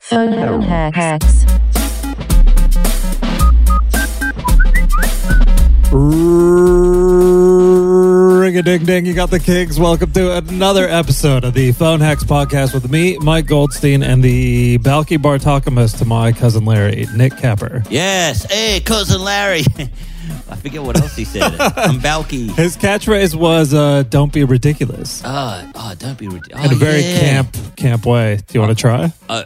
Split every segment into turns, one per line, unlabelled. Phone hacks.
Ring a ding ding, you got the kings. Welcome to another episode of the Phone Hacks Podcast with me, Mike Goldstein, and the Balky Bartakamus to my cousin Larry, Nick Capper.
Yes. Hey, cousin Larry. I forget what else he said. I'm Balky.
His catchphrase was uh, "Don't be ridiculous"
Uh, oh, don't be ridiculous.
in a very camp camp way. Do you want to try?
Uh,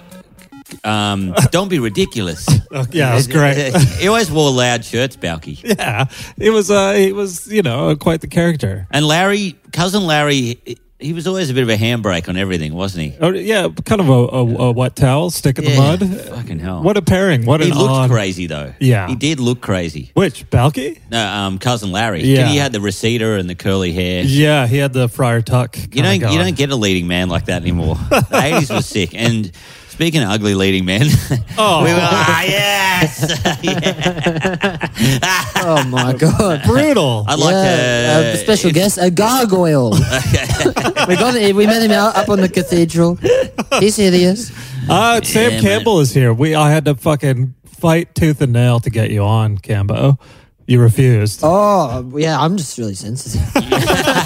Um, don't be ridiculous.
yeah, it Oh, was great.
he always wore loud shirts, Balky.
yeah, it was. Uh, it was you know quite the character.
And Larry, cousin Larry, he was always a bit of a handbrake on everything, wasn't he?
Oh, yeah, kind of a, a, a wet towel, stick in the
Yeah,
mud.
fucking hell.
What a pairing! What
He
an
looked
odd.
crazy though.
Yeah.
he did look crazy.
Which Balky?
No, um, cousin Larry.
Yeah.
he had the receder and the curly hair.
Yeah, he had the Friar Tuck.
Oh
You
kinda
don't you
going.
don't get a leading man like that anymore. The eighties was sick. And speaking of ugly leading men,
Oh.
we were ah yes. Yeah.
Oh my god.
brutal.
I'd like
Yeah,
to
uh, special
if-
guest, a gargoyle. we got it. We met him out up on the cathedral. He's hideous.
Uh, Sam
man.
Campbell is here. We I had to fucking fight tooth and nail to get you on, Cambo. You refused.
Oh yeah, I'm just really sensitive.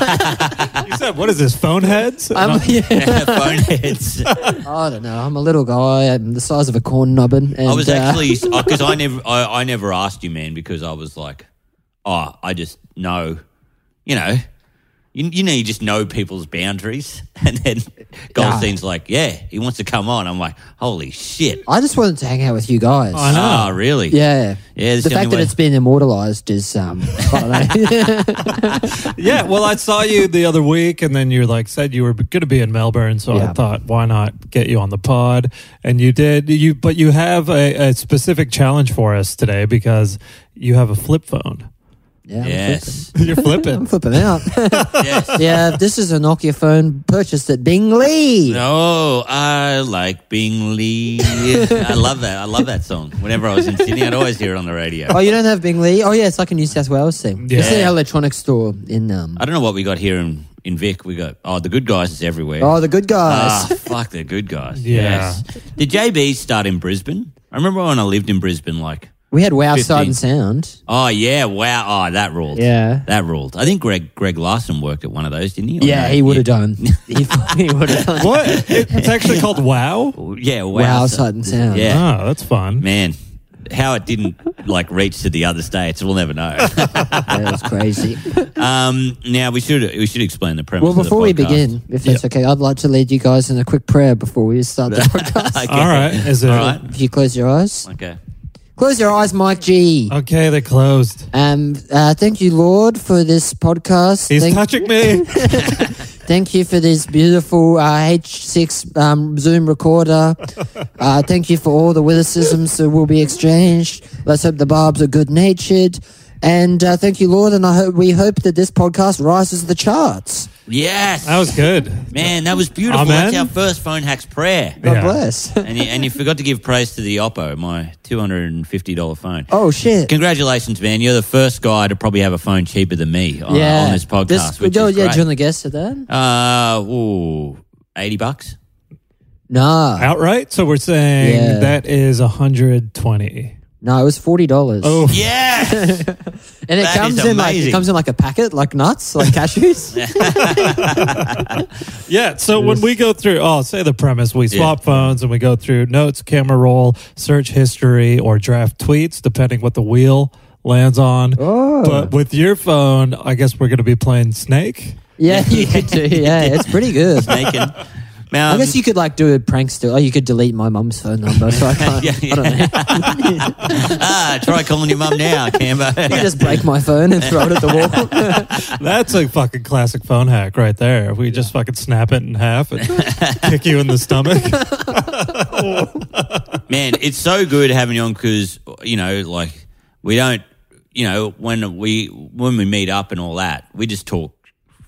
You said, "What is this? Phone heads?" And
I'm,
I-
yeah,
Boneheads.
I don't know. I'm a little guy. I'm the size of a corn nubbin. And,
I was
uh,
actually because I never I, I never asked you, man, because I was like, oh, I just know, you know, you, you know, you just know people's boundaries, and then Goldstein's like, yeah, he wants to come on. I'm like, holy shit,
I just wanted to hang out with you guys.
I know.
ah, really?
Yeah.
Yeah, that's
The
the
fact
only
that
way.
it's been immortalized is um. I don't know.
yeah. Well, I saw you the other week, and then you like said you were going to be in Melbourne, so I
Yeah.
thought, why not get you on the pod? And you did. You but you have a, a specific challenge for us today because you have a flip phone.
yeah. I'm flipping.
Yes.
You're flipping.
I'm flipping out.
yes.
yeah, this is a Nokia phone purchased at Bingley.
No, I like Bingley. I love that. I love that song. Whenever I was in Sydney, I'd always hear it on the radio.
Oh, you don't have Bingley? Oh, yeah, it's like a New South Wales thing.
Yeah.
It's an electronics store in. Um,
I don't know what we got here in, in Vic. We got oh, the good guys is everywhere.
oh, the good
Ah,
guys.
fuck the good guys.
Yeah.
Yes. Did JB start in Brisbane? I remember when I lived in Brisbane. Like,
we had Wow Sight
15.
and Sound.
oh yeah, wow, oh that ruled.
Yeah.
that ruled. I think Greg Greg Larson worked at one of those, didn't he? Or
Yeah,
no?
he would have done. he he would have done.
what? It's actually called Wow.
Yeah, wow.
Wow
so-
Sight and Sound.
Yeah.
Oh, that's fun.
man, how it didn't like reach to the other states, we'll never know.
That was crazy.
Um, now we should we should explain the premise.
well,
of the
before we
podcast.
begin, if that's okay, I'd like to lead you guys in a quick prayer before we start the podcast.
Okay.
All right. Is it
All right.
If you close your eyes.
Okay.
Close your eyes, Mike G.
okay? They closed.
Um, uh, thank you, Lord, for this podcast.
He's
Thank-
touching me.
Thank you for this beautiful uh, H6 um, Zoom recorder. uh, thank you for all the witticisms that will be exchanged. Let's hope the barbs are good natured. And uh, thank you, Lord. And I hope we hope that this podcast rises the charts.
Yes.
That was good.
man. That was beautiful.
Amen.
That's our first phone hacks prayer.
God
Yeah.
bless.
and you, and you forgot to give praise to the Oppo, my two hundred and fifty dollar phone.
oh, shit.
Congratulations, man! You're the first guy to probably have a phone cheaper than me on, on this podcast. which
oh,
is
yeah,
great.
do you want to guess at that?
uh, ooh, eighty bucks.
No.
Outright. So we're saying
Yeah.
that is 120.
No, it was $40.
Oh,
Yes.
and it
that
comes
is
in like
amazing.
it comes in like a packet, like nuts, like cashews.
yeah. So when we go through, oh, say the premise, we swap phones and we go through notes, camera roll, search history, or draft tweets, depending what the wheel lands on.
Oh.
But with your phone, I guess we're going to be playing Snake.
yeah, you could do. Yeah, it's pretty good.
Naked.
I
Now,
guess you could like do a prank still. Oh, you could delete my mum's phone number, so I can't.
Um, Yeah,
I don't know.
ah, try calling your mum now, Cambo.
You just break my phone and throw it at the wall.
That's a fucking classic phone hack right there. We just fucking snap it in half and kick you in the stomach.
Man, it's so good having you on because you know, like we don't, you know, when we when we meet up and all that, we just talk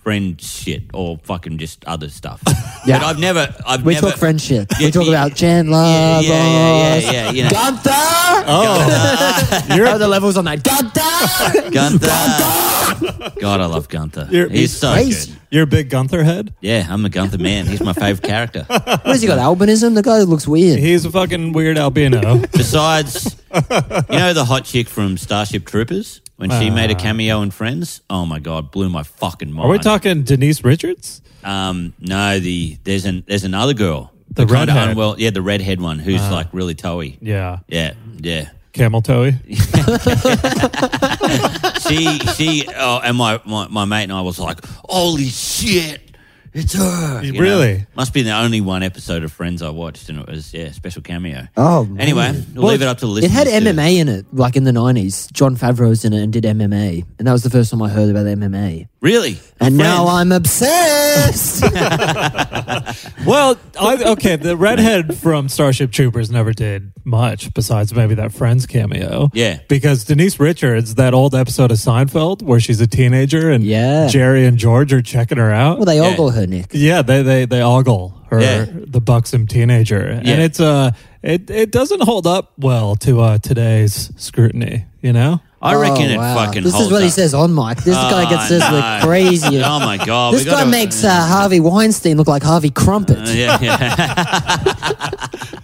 friend shit or fucking just other stuff.
Yeah.
but I've never, I've
We
never,
talk friendship.
Yeah,
we talk
yeah.
about Chandler,
Yeah, yeah, yeah, yeah,
boss,
yeah, you know.
Gunther.
Oh,
You're the levels on that. Gunther!
Gunther. God, I love Gunther.
You're-
he's so
Crazy.
good.
you're a big Gunther head.
Yeah, I'm a Gunther man. He's my favorite character.
What has he got? Albinism? The guy looks weird.
He's a fucking weird albino.
Besides, you know the hot chick from Starship Troopers when she made a cameo in Friends. Oh my god, blew my fucking mind.
Uh, Are we talking Denise Richards?
Um, no, the there's an there's another girl.
The
kind of
redhead. Uh-huh.
unwell, yeah, the redhead one who's like really toey.
Yeah,
Yeah, yeah.
camel toey.
She she oh, and my, my my mate and I was like, holy shit. It's her. you know?
Really?
Must be the only one episode of Friends I watched, and it was yeah, special cameo.
Oh, man.
anyway, we'll, leave it up to the
It
listeners.
had
to-
MMA in it, like in the 90s. John Favreau's in it and did MMA. And that was the first time I heard about MMA.
Really?
And now
Friends?
I'm obsessed.
Well, I, okay, the redhead from Starship Troopers never did much besides maybe that Friends cameo.
Yeah.
because Denise Richards, that old episode of Seinfeld where she's a teenager and
Yeah.
Jerry and George are checking her out.
well, they
Yeah.
ogle her, Nick.
yeah, they they they ogle her,
Yeah.
the buxom teenager,
Yeah.
and it's uh it it doesn't hold up well to uh today's scrutiny, you know.
I reckon
Oh,
it
wow.
fucking
This
holds
is what he
up.
says on mic. This guy gets this
no.
look crazy.
Oh my god!
this
we gotta-
guy makes uh, Harvey Weinstein look like Harvey Crumpet.
Uh, yeah, yeah,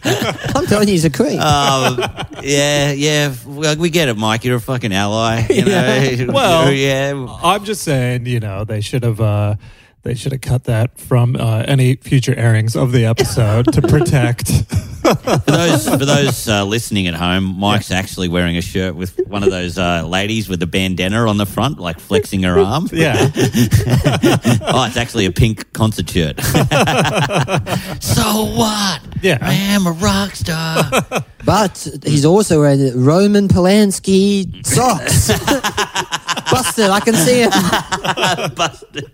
I'm telling you, he's a creep.
um, yeah, yeah. We we get it, Mike. You're a fucking ally. You know?
Well-
yeah.
I'm just saying, you know, they should have uh they should have cut that from uh, any future airings of the episode to protect.
For those for those uh, listening at home, Mike's actually wearing a shirt with one of those uh, ladies with a bandana on the front, like flexing her arm.
yeah,
oh, it's actually a pink concert shirt. so what?
Yeah.
I am a rock star.
But he's also a Roman Polanski socks. Busted, I can see him.
busted.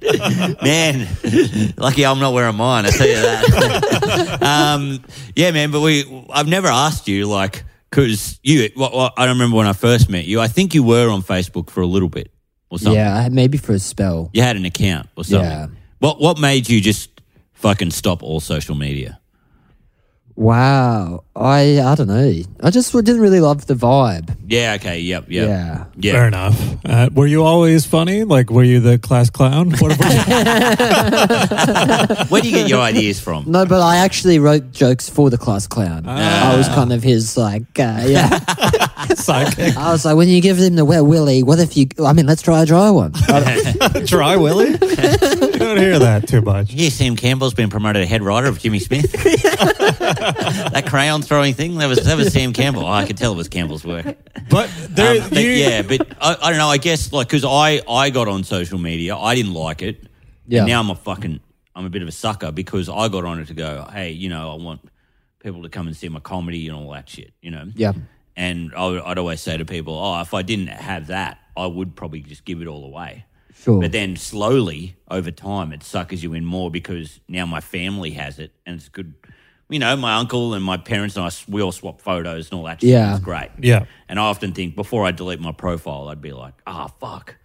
man, lucky I'm not wearing mine. I tell you that. um, yeah, man. But we, I've never asked you like because you. Well, well, I don't remember when I first met you. I think you were on Facebook for a little bit or something.
Yeah, I- maybe for a spell.
You had an account or something.
Yeah.
What What made you just fucking stop all social media?
Wow. I I don't know. I just didn't really love the vibe.
Yeah. Okay. Yep. Yep.
Yeah.
Yeah.
fair enough. Uh, were you always funny? Like, were you the class clown? What were
Where do you get your ideas from?
No, but I actually wrote jokes for the class clown.
Ah.
I was kind of his like, uh, yeah.
you psychic?
I was like, when you give him the wet willy, what if you? I mean, let's try a dry one.
Dry Willy? you don't hear that too much.
Yeah, Sam Campbell's been promoted to head writer of Jimmy Smith. that crayon throwing thing, that was that was Sam Campbell. Oh, I could tell it was Campbell's work.
But there,
Um, but
you,
yeah, but I, I don't know. I guess like because I I got on social media, I didn't like it.
Yeah.
And now I'm a fucking I'm a bit of a sucker because I got on it to go, hey, you know, I want people to come and see my comedy and all that shit, you know.
Yeah.
And I would, I'd always say to people, oh, if I didn't have that, I would probably just give it all away.
Sure.
But then slowly over time, it suckers you in more because now my family has it, and it's good. You know, my uncle and my parents and I we all swap photos and all that. shit.
Yeah.
it's great.
Yeah.
and I often think before I delete my profile, I'd be like, ah, fuck.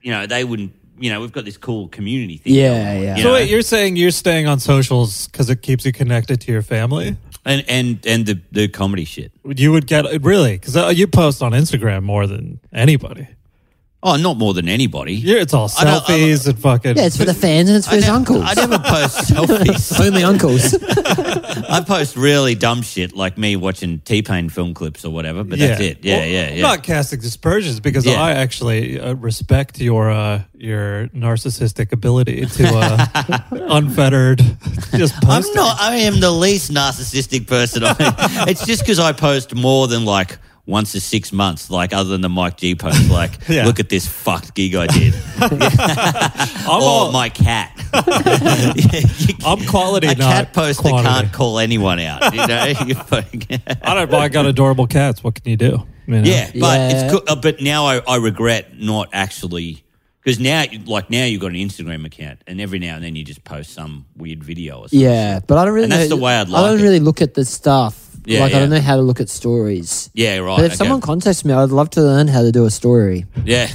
You know, they wouldn't. You know, we've got this cool community thing.
Yeah,
going on,
yeah.
you
So
know?
wait, you're saying you're staying on socials because it keeps you connected to your family?
and and and the the comedy shit.
You would get really because you post on Instagram more than anybody.
Oh, not more than anybody.
Yeah, it's all
I don't- I
selfies and fucking.
yeah, it's for the fans and it's for
I
his
ne-
uncles.
I never post selfies.
Only uncles.
I post really dumb shit like me watching T Pain film clips or whatever, but that's it. Yeah,
Well,
yeah,
I'm
yeah.
Not casting dispersions because
Yeah.
I actually uh, respect your uh, your narcissistic ability to uh, unfettered just post.
I'm not. I am the least narcissistic person. I, it's just because I post more than like once a six months. Like other than the Mike G post, like
Yeah.
look at this fucked gig I did,
I'm,
or
all-
my cat. a
I'm quality, not
cat post
quantity.
that can't call anyone out. You know, You're fucking-
I don't. I got adorable cats. What can you do? You know?
yeah, but
Yeah.
it's cool. Uh, but now I, I regret not actually. Because now, like now, you've got an Instagram account, and every now and then you just post some weird video or something.
Yeah, but I don't really.
And that's
know,
the way I'd
I
like
don't
it.
really look at the stuff.
Yeah,
like
yeah.
I don't know how to look at stories.
yeah, right.
But if
okay.
someone contacts me, I'd love to learn how to do a story.
Yeah.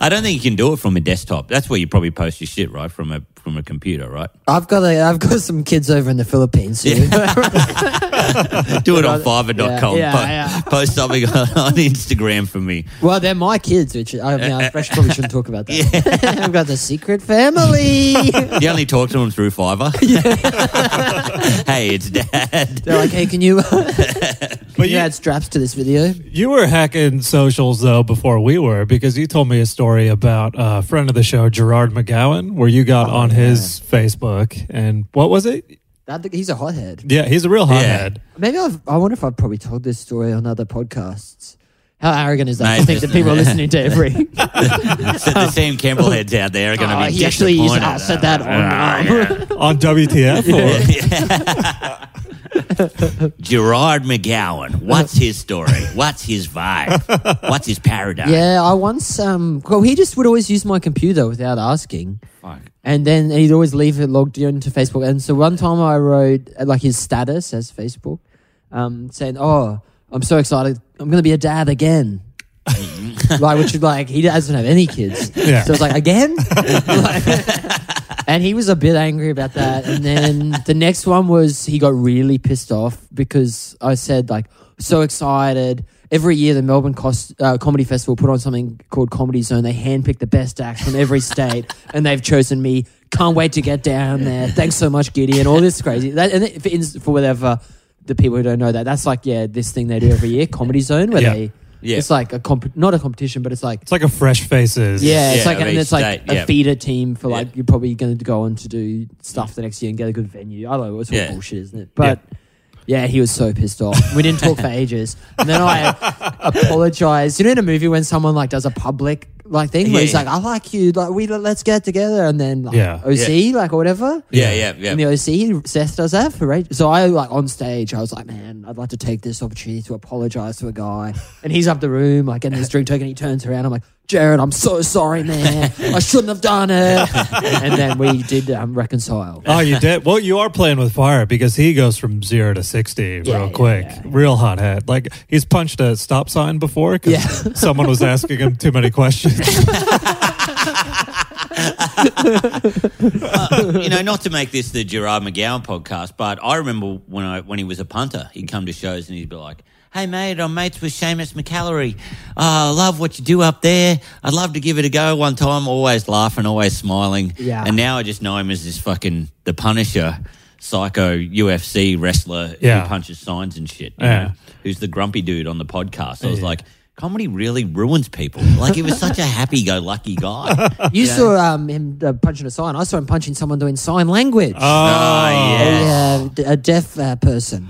I don't think you can do it from a desktop. That's where you probably post your shit, right? From a from a computer, right?
I've got a, I've got some kids over in the Philippines. who-
Do it on fiverr.com.
Yeah, yeah,
Po-
yeah.
Post something on, on Instagram for me.
Well, they're my kids, which I, mean, I probably shouldn't talk about that. I've got the secret family.
You only talk to them through Fiverr. hey, it's dad.
they're like, hey, can you, can
But
you
you,
add straps to this video?
you were hacking socials though before we were because you told me a story about a friend of the show Gerard McGowan where you got
Oh,
on his Facebook and what was it?
I think he's a hothead.
Yeah, he's a real hothead.
Maybe I've, I wonder if I've probably told this story on other podcasts. How arrogant is that?
Mate,
I think that
just-
people are listening to every.
So the Sam Campbell heads out there are going to
Oh,
be
he actually used,
disappointed. Ah,
oh, said that on. Ah, uh,
on WTF. or-
Gerard McGowan. What's his story? What's his vibe? What's his paradigm?
Yeah, I once. Um, well, he just would always use my computer without asking,
Fuck.
and then he'd always leave it logged into Facebook. And so one time I wrote uh, like his status as Facebook, um, saying, "Oh, I'm so excited! I'm going to be a dad again." like, which is like he doesn't have any kids,
Yeah.
so it's like again. Like- and he was a bit angry about that. And then the next one was he got really pissed off because I said like so excited. Every year, the Melbourne Cos uh, Comedy Festival put on something called Comedy Zone. They handpick the best acts from every state, and they've chosen me. Can't wait to get down there. Thanks so much, Giddy, and all this crazy. That, and it- for, ins- for whatever the people who don't know that, that's like yeah, this thing they do every year, Comedy Zone, where
Yeah.
they
Yeah.
it's like a comp- not a competition, but it's like
It's like a fresh faces.
yeah,
Yeah,
it's like
of
and
each
it's like
state, yeah.
a feeder team for like
Yeah.
you're probably going to go on to do stuff the next year and get a good venue. I don't know, it's all
Yeah.
bullshit, isn't it? But yeah. he was so pissed off. We didn't talk for ages, and then I apologized. You know, in a movie when someone like does a public like thing where he's
Yeah.
like, "I like you, like we let's get together," and then like,
Yeah.
OC like or whatever.
Yeah, yeah, yeah.
And the OC Seth does that for right. So I like on stage, I was like, man, I'd like to take this opportunity to apologize to a guy. And he's up the room, like getting his drink token. He turns around, I'm like, Jared, I'm so sorry, man. I shouldn't have done it. and then we did um, reconcile.
Oh, you did? Well, you are playing with fire because he goes from zero to 60
Yeah,
real
yeah,
quick.
yeah.
Real hothead. Like, he's punched a stop sign before because
Yeah.
someone was asking him too many questions.
you know, not to make this the Gerard McGowan podcast, but I remember when I when he was a punter, he'd come to shows and he'd be like, "Hey mate, I'm mates with Seamus McCallery. Uh, I love what you do up there. I'd love to give it a go one time. Always laughing, always smiling.
Yeah.
And now I just know him as this fucking the Punisher, psycho UFC wrestler
Yeah.
who punches signs and shit. you
Yeah.
know, who's the grumpy dude on the podcast? I was like. Comedy really ruins people. Like he was such a happy-go-lucky guy.
You saw um, him uh, punching a sign. I saw him punching someone doing sign language.
Oh,
Ah, A, uh, d- a deaf uh, person.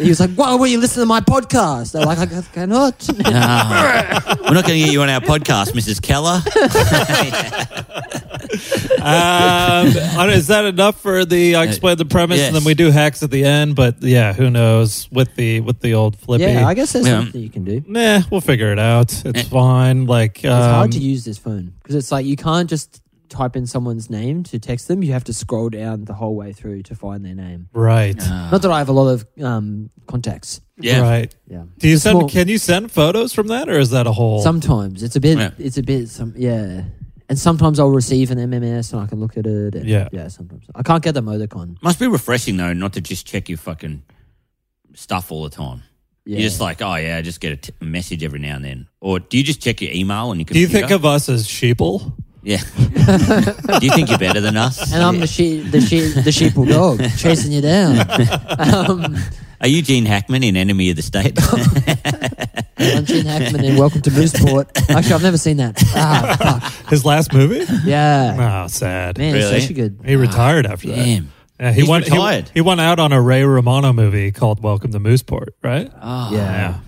he was like, "Why will you listen to my podcast?" They're like, "I cannot."
Ah. we're not going to get you on our podcast, Mrs. Keller.
Um, is that enough for the? I explained the premise, and then
Yes.
we do hacks at the end. But yeah, who knows with the with the old flippy?
yeah, I guess there's
Yeah.
something you can do.
Nah, we'll figure it out. It's fine. Like, um,
It's hard to use this phone because it's like you can't just type in someone's name to text them. You have to scroll down the whole way through to find their name.
right,
Not that I have a lot of um, contacts.
Yeah.
right.
Yeah.
Do you
It's
send?
small.
Can you send photos from that, or is that a whole?
Sometimes it's a bit.
Yeah.
It's a bit. Some yeah. And sometimes I'll receive an MMS and I can look at it. and-
Yeah.
Yeah. Sometimes I can't get the emoticon.
Must be refreshing, though, not to just check your fucking stuff all the time.
Yeah.
You're just like, oh, yeah, I just get a t- message every now and then. Or do you just check your email and your
do you
computer?
think of us as sheeple?
Yeah. do you think you're better than us?
and I'm the sheep, the sheep, the sheeple dog chasing you down. um,
Are you Gene Hackman in Enemy of the State?
I'm Gene Hackman and welcome to Mooseport. Actually, I've never seen that. Ah, fuck.
His last movie?
Yeah.
Oh, sad.
Man,
Really?
it's such a good.
He retired after that.
Damn.
Yeah, he
He's
went,
retired.
He, he went out on a Ray Romano movie called Welcome to Mooseport, right?
Oh,
Yeah.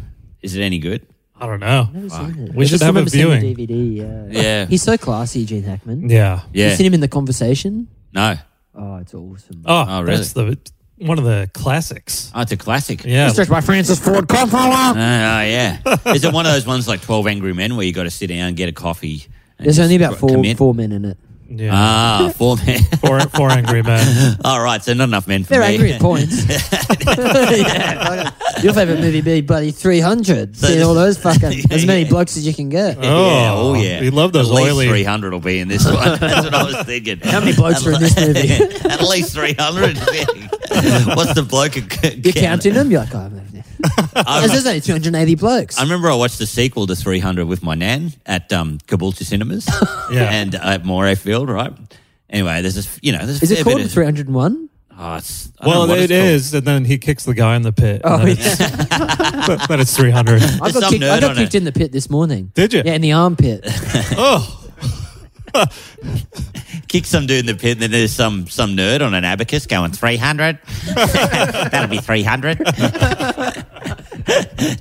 Is it any good?
I don't know. We
I
should
just
have a
remember seeing the
viewing.
DVD, yeah.
Yeah.
He's so classy, Gene Hackman.
Yeah.
Yeah.
You seen him in the conversation?
No.
Oh, it's awesome.
Oh,
Oh, really?
that's the one of the classics.
Oh, it's a classic.
Yeah.
Stretched by Francis Ford Coppola.
Oh, yeah. Is it one of those ones like 12 Angry Men where you got to sit down, get a coffee? and
There's
just
only about
co-
four
commit?
four men in it.
yeah.
Ah, four men.
four, four angry men.
All right, so not enough men for
They're
me.
angry at points. Yeah, fucking- Your favorite movie be Buddy 300.
So
Seen
this-
all those fucking as many
Yeah.
blokes as you can get.
Oh,
yeah, oh yeah.
We love those
At least
oily-
300 will be in this one. That's what I was thinking. How
many blokes are in this movie?
At least 300. What's the bloke?
You're counting them. You're like, oh, there's there's only 280 blokes.
I remember I watched the sequel to 300 with my nan at um, Caboolture Cinemas
Yeah.
and at Moray Field, right? Anyway, there's this, you know, there's a
Is
fair
it
bit
called
of-
301?
Oh, it's, I don't know
Well,
what
it
it's called.
is, and then he kicks the guy in the pit. and
Oh,
then
yeah.
it's- but, but it's 300.
I
There's
got,
some
kicked, I
nerd
got
on
kicked
it.
in the pit this morning.
Did you?
Yeah, in the armpit.
oh,
Kick some dude in the pit, and then there's some some nerd on an abacus going 300. That'll be 300.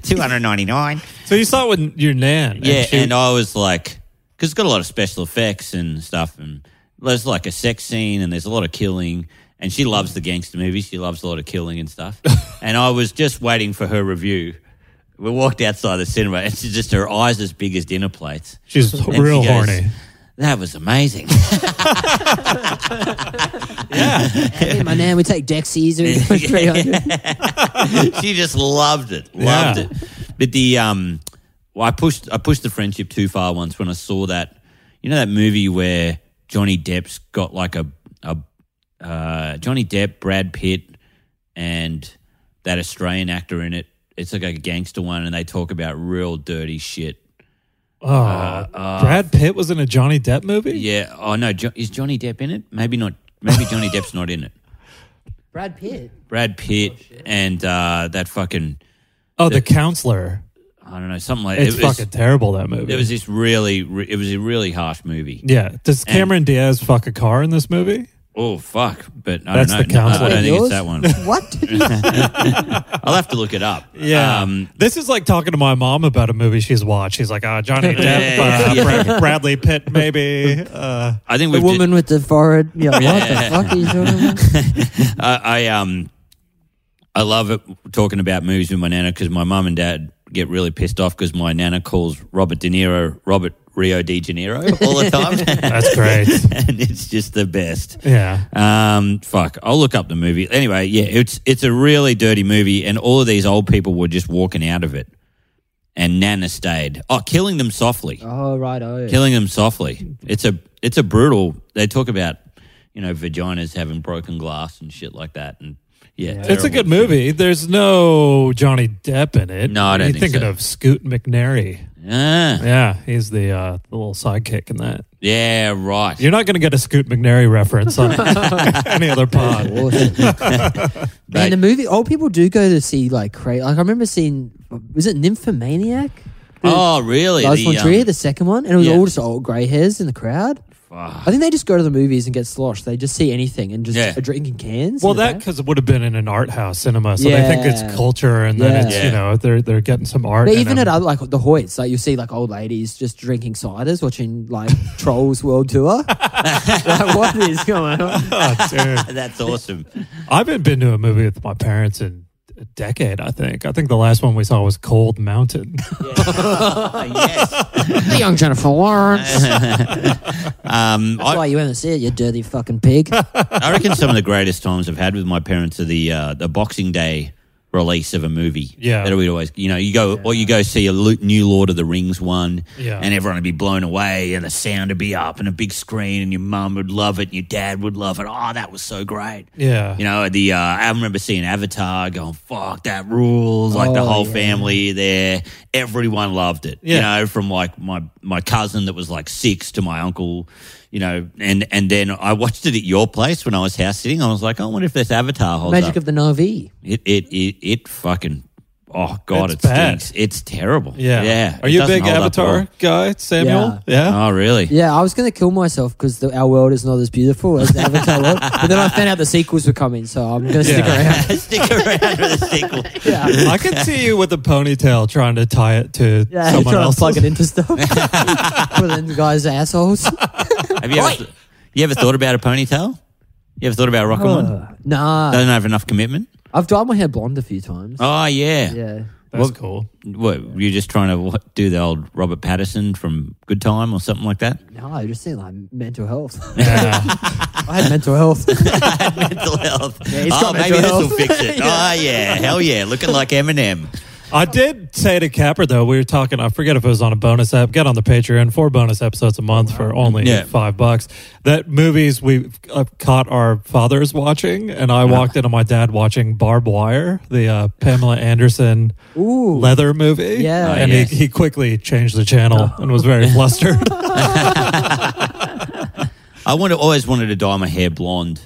299.
so you saw it with your nan.
Yeah,
she-
and I was like, because it's got a lot of special effects and stuff, and there's like a sex scene, and there's a lot of killing. And she loves the gangster movies. She loves a lot of killing and stuff. and I was just waiting for her review. We walked outside the cinema, and she's just her eyes as big as dinner plates.
she's
And she
real
goes,
horny.
That was amazing.
Hey, my man, we take Dexies or 300.
she just loved it,
Yeah.
loved it. But the um, well, I pushed I pushed the friendship too far once when I saw that, you know that movie where Johnny Depp's got like a a uh, Johnny Depp, Brad Pitt, and that Australian actor in it. It's like a gangster one, and they talk about real dirty shit.
Oh, Brad Pitt was in a Johnny Depp movie?
uh, Yeah. Oh no, jo- is Johnny Depp in it? Maybe not. Maybe Johnny Depp's not in it.
Brad Pitt.
Brad Pitt and uh, that fucking
Oh, The Counselor.
I don't know something like
It's
it was-
fucking terrible, that movie.
It was this really, re- it was a really harsh movie.
yeah. Does Cameron Diaz fuck a car in this movie?
Oh fuck! But I
That's
don't
the
know. No, I
counselor.
don't think
Yours?
it's that one.
What?
I'll have to look it up.
Yeah.
Um,
this is like talking to my mom about a movie she's watched. She's like, ah, Johnny Depp,
yeah,
uh,
yeah.
Brad- Bradley Pitt, maybe. Uh,
I think
the
we've.
woman with the forehead. Yeah, what
Yeah.
the fuck are you talking about?
Just, I, I um, I love it talking about movies with my nana because my mum and dad get really pissed off because my nana calls Robert De Niro Robert Rio de Janeiro all the time,
that's great.
and it's just the best.
Yeah.
Um, fuck, I'll look up the movie. Anyway, yeah, it's it's a really dirty movie, and all of these old people were just walking out of it, and Nana stayed. Oh, killing them softly,
Oh, right. Oh,
killing them softly. It's a it's a brutal. They talk about you know vaginas having broken glass and shit like that, and yeah,
It's a
terrible.
good movie. There's no Johnny Depp in it.
No, I don't
You're
think
thinking
so.
of Scoot McNairy.
Ah,
Yeah, he's the, uh, the little sidekick in that.
yeah, right.
You're not going to get a Scoot McNairy reference on any other pod.
awesome. Man,
Right.
the movie. Old people do go to see like crazy. Like I remember seeing. Was it Nymphomaniac?
oh, really?
Lars von
um,
Trier, the second one, and it was
yeah.
all just old grey hairs in the crowd. I think they just go to the movies and get sloshed. They just see anything and just
Yeah.
are drinking cans.
Well,
in the
that
back.
because it would have been in an art house cinema, so they think
Yeah.
it's culture, and then it's
Yeah.
you know they're they're getting some art.
But
in
even at
them.
other, like the Hoyts, like you see like old ladies just drinking ciders, watching like Trolls World Tour. like what is going on?
Oh, dude.
That's awesome.
I haven't been to a movie with my parents in a decade. I think. I think the last one we saw was Cold Mountain.
Uh, yes.
The young Jennifer Lawrence.
Um,
That's
I-
why you haven't seen it, you dirty fucking pig.
I reckon some of the greatest times I've had with my parents are the uh, the Boxing Day release of a movie.
Yeah.
that we'd always, you know, you go or you go see a lo- new Lord of the Rings one,
Yeah.
and everyone would be blown away, and the sound would be up, and a big screen, and your mum would love it, and your dad would love it. Oh, that was so great.
Yeah.
You know, the uh, I remember seeing Avatar going, fuck, that rules. Like the
Oh,
whole
yeah.
family there. Everyone loved it.
Yeah.
You know, from like my, my cousin that was like six to my uncle, you know, and, and then I watched it at your place when I was house sitting. I was like, I wonder if this Avatar holds
Magic
up.
of the Navi.
it, it, it, it fucking, oh God,
It's
it
bad.
stinks. It's terrible.
yeah.
Yeah.
Are
It
you a
doesn't
big
hold up
Avatar
well.
guy, Samuel? Yeah.
Oh, really?
Yeah, I was going to kill myself because our world is not as beautiful as the Avatar world. But then I found out the sequels were coming, so I'm going to stick
Yeah.
around.
Stick around for the sequel.
Yeah.
I could see you with a ponytail trying to tie it to
Yeah,
someone
trying
else.
to plug it into stuff. Put it in the guys' assholes.
Have you ever, you ever thought about a ponytail? You ever thought about rocking
Oh.
one?
nah,
Don't have enough commitment.
I've dyed my hair blonde a few times.
Oh yeah.
Yeah.
That's cool.
What you're just trying to what, do the old Robert Patterson from Good Time or something like that?
No, I just think like mental health.
Yeah.
I had mental health.
mental health.
he's
oh,
got
maybe
mental
this
health.
will fix it. Oh yeah, hell yeah, looking like Eminem.
I did say to Capper though, we were talking. I forget if it was on a bonus app. Get on the Patreon, four bonus episodes a month for only
Yeah.
five bucks. That movies we uh, caught our fathers watching, and I walked in on my dad watching Barbed Wire, the uh, Pamela Anderson
Ooh.
leather movie.
Yeah. Oh,
and
yes.
he, he quickly changed the channel and was very flustered.
I wanted, always wanted to dye my hair blonde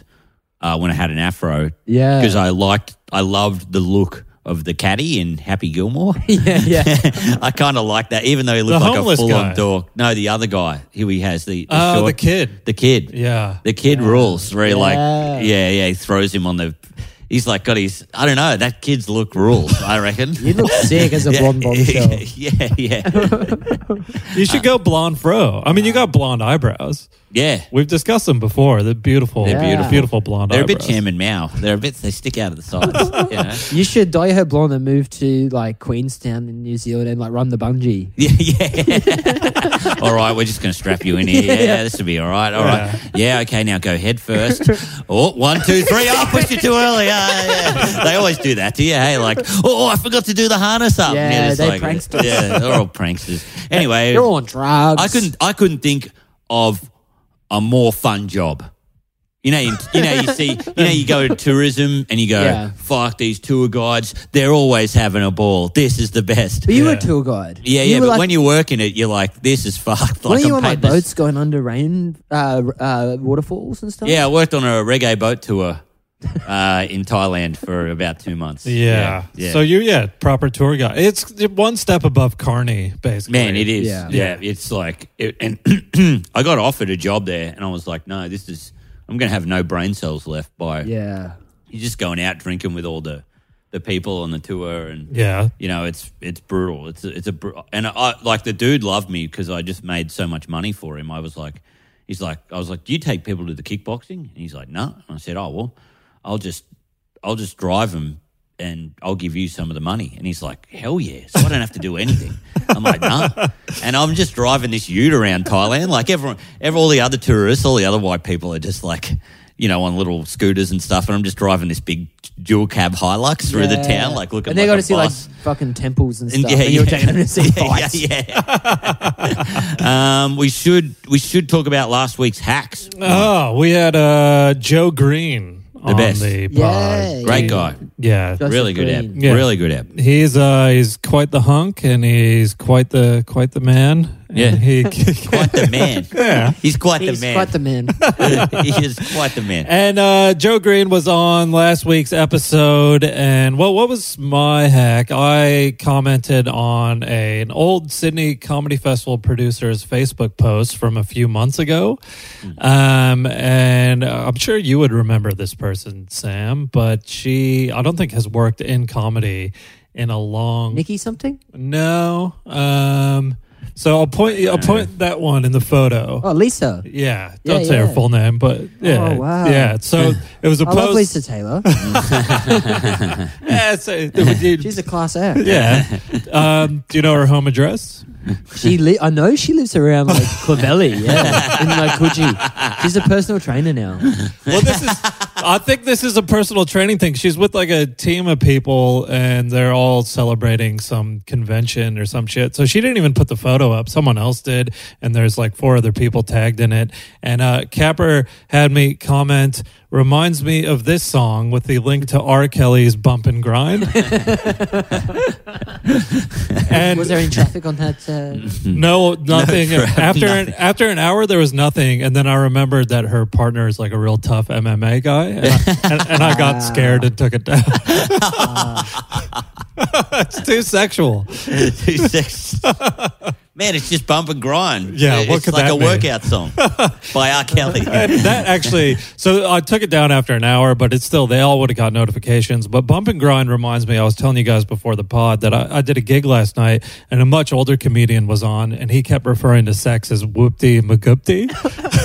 uh, when I had an afro.
Yeah.
Because I liked, I loved the look of the caddy in Happy Gilmore.
yeah, yeah.
I kind of like that, even though he looked
The
like a
homeless
full
guy.
on dork. No, the other guy who he has, the, the,
Oh,
short-
the kid.
The kid.
yeah.
The kid rules. Where he like,
Yeah.
yeah, yeah, he throws him on the. He's like got his. I don't know. That kid's look rules. I reckon.
You look sick as a blonde bombshell.
yeah, yeah,
You should go blonde fro. I mean, you got blonde eyebrows.
yeah.
We've discussed them before. The beautiful,
They're
beautiful.
beautiful blonde
They're a bit
eyebrows.
Chairman Mao. They're a bit. They stick out of the sides. you know?
You should dye her blonde and move to like Queenstown in New Zealand and like run the bungee.
Yeah, yeah. all right, we're just going to strap you in here. Yeah, this will be all right. All right. Yeah, okay, now go head first. Oh, one, two, three. Oh, I pushed you too early. Ah, yeah. They always do that to you. Hey, like, oh, I forgot to do the harness up.
Yeah,
just
they
like,
pranksters.
Yeah, they're all pranksters. Anyway,
You're on drugs.
I couldn't. I couldn't think of a more fun job. You know, you, you know, you see, you know, you go to tourism and you go,
Yeah.
fuck these tour guides. They're always having a ball. This is the best.
But you were
Yeah.
a tour guide.
Yeah,
You
yeah,
were
but
like-
when you work in it, you're like, this is fucked. Like,
weren't you
I'm
on like
paid this-
boats going under rain, uh, uh, waterfalls and stuff?
Yeah, I worked on a reggae boat tour uh, in Thailand for about two months.
Yeah.
yeah.
So you, yeah, proper tour guide. It's one step above Carney, basically.
Man, it is.
Yeah.
Yeah, it's like, it, and I got offered a job there, and I was like, no, this is, I'm going to have no brain cells left by.
Yeah.
You're just going out drinking with all the, the people on the tour, and
Yeah.
you know, it's it's brutal. It's a, it's a br- and I like the dude loved me because I just made so much money for him. I was like, he's like, I was like, do you take people to the kickboxing? And he's like, no. And I said, oh well, I'll just I'll just drive them and I'll give you some of the money. And he's like, hell yeah. So I don't have to do anything. I'm like, nah. And I'm just driving this ute around Thailand. Like everyone, every, all the other tourists, all the other white people are just like. You know, on little scooters and stuff, and I'm just driving this big dual cab Hilux through the town, like looking.
And they
like
got to
a
see
boss.
like fucking temples and
And
stuff. and you were taking them to see
yeah,
fights.
Yeah, yeah. um, we should we should talk about last week's hacks.
Oh, we had uh, Joe Green on
best.
the
Yeah,
pod.
Great guy,
Yeah.
Joseph
really good app,
Green.
Yeah.
really good app.
He's uh he's quite the hunk and he's quite the quite the man. And
Yeah.
He
Quite the man. yeah, he's quite
He's
the man.
quite the man.
he is quite the man.
And uh, Joe Green was on last week's episode, and well, what was my hack? I commented on a, an old Sydney Comedy Festival producer's Facebook post from a few months ago, um, and uh, I'm sure you would remember this person, Sam. But she, I don't think, has worked in comedy in a long
Nikki something?
no. Um, so I'll point I'll point that one in the photo.
Oh, Lisa.
Yeah,
Yeah,
don't say her
yeah.
full name, but yeah,
Oh, wow.
yeah. So it was a
I love
post.
Lisa Taylor.
Yeah, so it was- it-
She's a class act.
yeah. Um, do you know her home address?
She li- I know she lives around like Clavelli, yeah, in like Coogee. She's a personal trainer now.
Well, this is. I think this is a personal training thing. She's with like a team of people, and they're all celebrating some convention or some shit. So she didn't even put the photo up. Someone else did, and there's like four other people tagged in it. And uh, Capper had me comment. Reminds me of this song with the link to R. Kelly's "Bump and Grind." and
Was there any traffic on that? Uh,
No, nothing.
crap,
after An,
nothing.
after an hour, there was nothing, and then I remembered that her partner is like a real tough MMA guy, and I, and, and I got scared and took it down. it's too sexual.
Two sex- Man, it's just bump and grind.
Yeah,
it's
what could
like
that
a
mean?
workout song by R. Kelly.
that actually so i took it down after an hour but it's still they all would have got notifications but bump and grind reminds me i was telling you guys before the pod that I, I did a gig last night and a much older comedian was on and he kept referring to sex as whoopty magoopty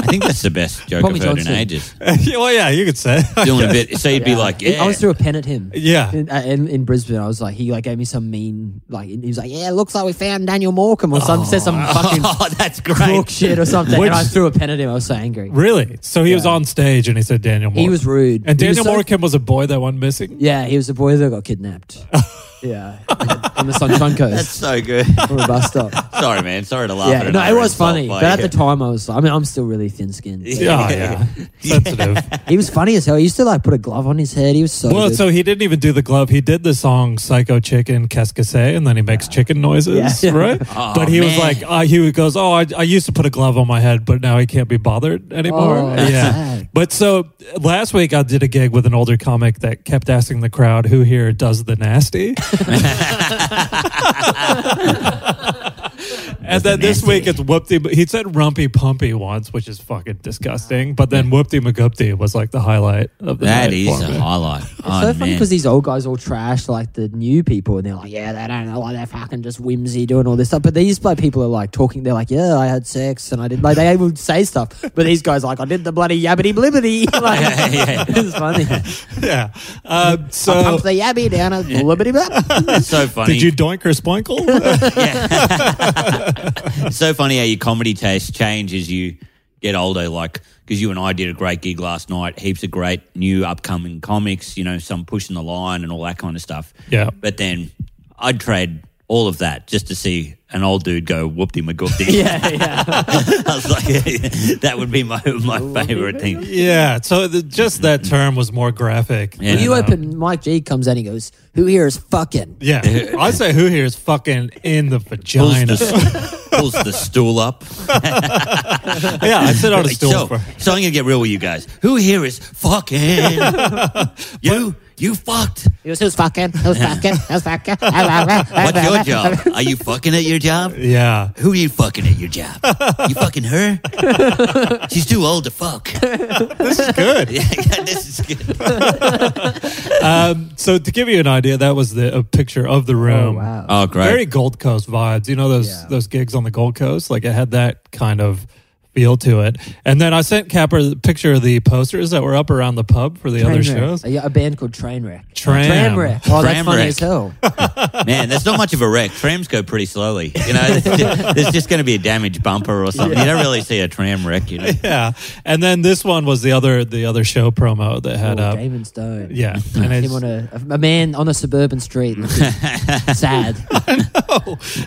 I think that's the best joke
Tommy
I've heard
Johnson.
in ages.
well yeah you could say
Doing a bit, so you'd be like, yeah,
I was through a pen at him.
Yeah.
In, uh, in, in Brisbane, I was like, he like gave me some mean, like he was like, yeah, looks like we found Daniel Morecambe or something. Said some fucking
oh, that's great.
crook shit or something,
Which-
and I threw a pen at him. I was so angry.
Really? So he was
Yeah.
on stage and he said Daniel Moore.
He was rude.
And
He was
Daniel
so-
Morecambe was a boy that went missing?
Yeah, he was the boy that got kidnapped. Yeah, on the Sunshine
That's
Coast
so good.
from a bus stop.
Sorry, man. Sorry to laugh.
Yeah,
at
no, it
another
was
insult,
funny, but at the time I was, I mean, I'm still really thin skinned.
Yeah, yeah. Sensitive.
He was funny as hell. He used to like put a glove on his head. He was so.
Well,
good.
so he didn't even do the glove. He did the song "Psycho Chicken Cascase," and then he makes chicken noises,
Yeah.
right?
Oh,
but he was
man.
like, uh, he goes, "Oh, I, I used to put a glove on my head, but now I can't be bothered anymore."
Oh, that's sad.
But so last week I did a gig with an older comic that kept asking the crowd, "Who here does the nasty?" and then this
nasty.
week it's Whoopty. He said "Rumpy Pumpy" once, which is fucking disgusting. But then Whoopty McGoopty was like the highlight of the
That
night
is
for
a
me.
highlight. Oh,
It's so funny because these old guys all trash like the new people, and they're like, "Yeah, they don't know, like they're fucking just whimsy doing all this stuff." But these like people are like talking. They're like, "Yeah, I had sex and I did." Like they would say stuff, but these guys are like, "I did the bloody yabbity blibbity." like,
Yeah, yeah.
It's funny.
yeah. Um,
I
so
pumped the yabby down a blibbity blab.
it's so funny.
did you doink or spoinkle?
It's so funny how your comedy tastes change as you get older. Like, because you and I did a great gig last night, heaps of great new upcoming comics, you know, some pushing the line and all that kind of stuff.
Yeah.
But then I'd trade all of that just to see an old dude go whoopty magoopty.
yeah, yeah.
I was like, that would be my, my favorite thing.
yeah. So the, just that term was more graphic.
Yeah.
than,
You
um,
open. Mike G comes in. He goes, "Who here is fucking?"
Yeah. I say who here is fucking in the
Pulls
vagina.
the, pulls the stool up.
yeah, I sit on a
Like,
stool
so,
for.
so I'm gonna get real with you guys. Who here is fucking? you you fucked.
He goes, "Who's fucking? Who's fucking? Who's fucking?"
What's your job? Are you fucking at your job?
Yeah.
Who are you fucking at your job? You fucking her? She's too old to fuck.
This is good.
Yeah, yeah, this is good.
Um, so to give you an idea, that was the a picture of the
Oh,
room. Uh,
wow.
Oh, great.
Very Gold Coast vibes. You know those
Yeah.
those gigs on the Gold Coast? Like it had that kind of feel to it. And then I sent Capper the picture of the posters that were up around the pub for the other
Trainwreck. Uh,
shows.
A, a band called Trainwreck.
Tram.
Trainwreck. Oh, that's
Tramwreck.
funny as hell.
Man, that's not much of a wreck. Trams go pretty slowly. You know, there's just, going to be a damaged bumper or something. You don't really see a tram wreck, you know.
Yeah, and then this one was the other the other show promo that had
Oh,
up.
Damon Stone.
Yeah, and
Him on
it's,
a, a man on a suburban street. looking sad.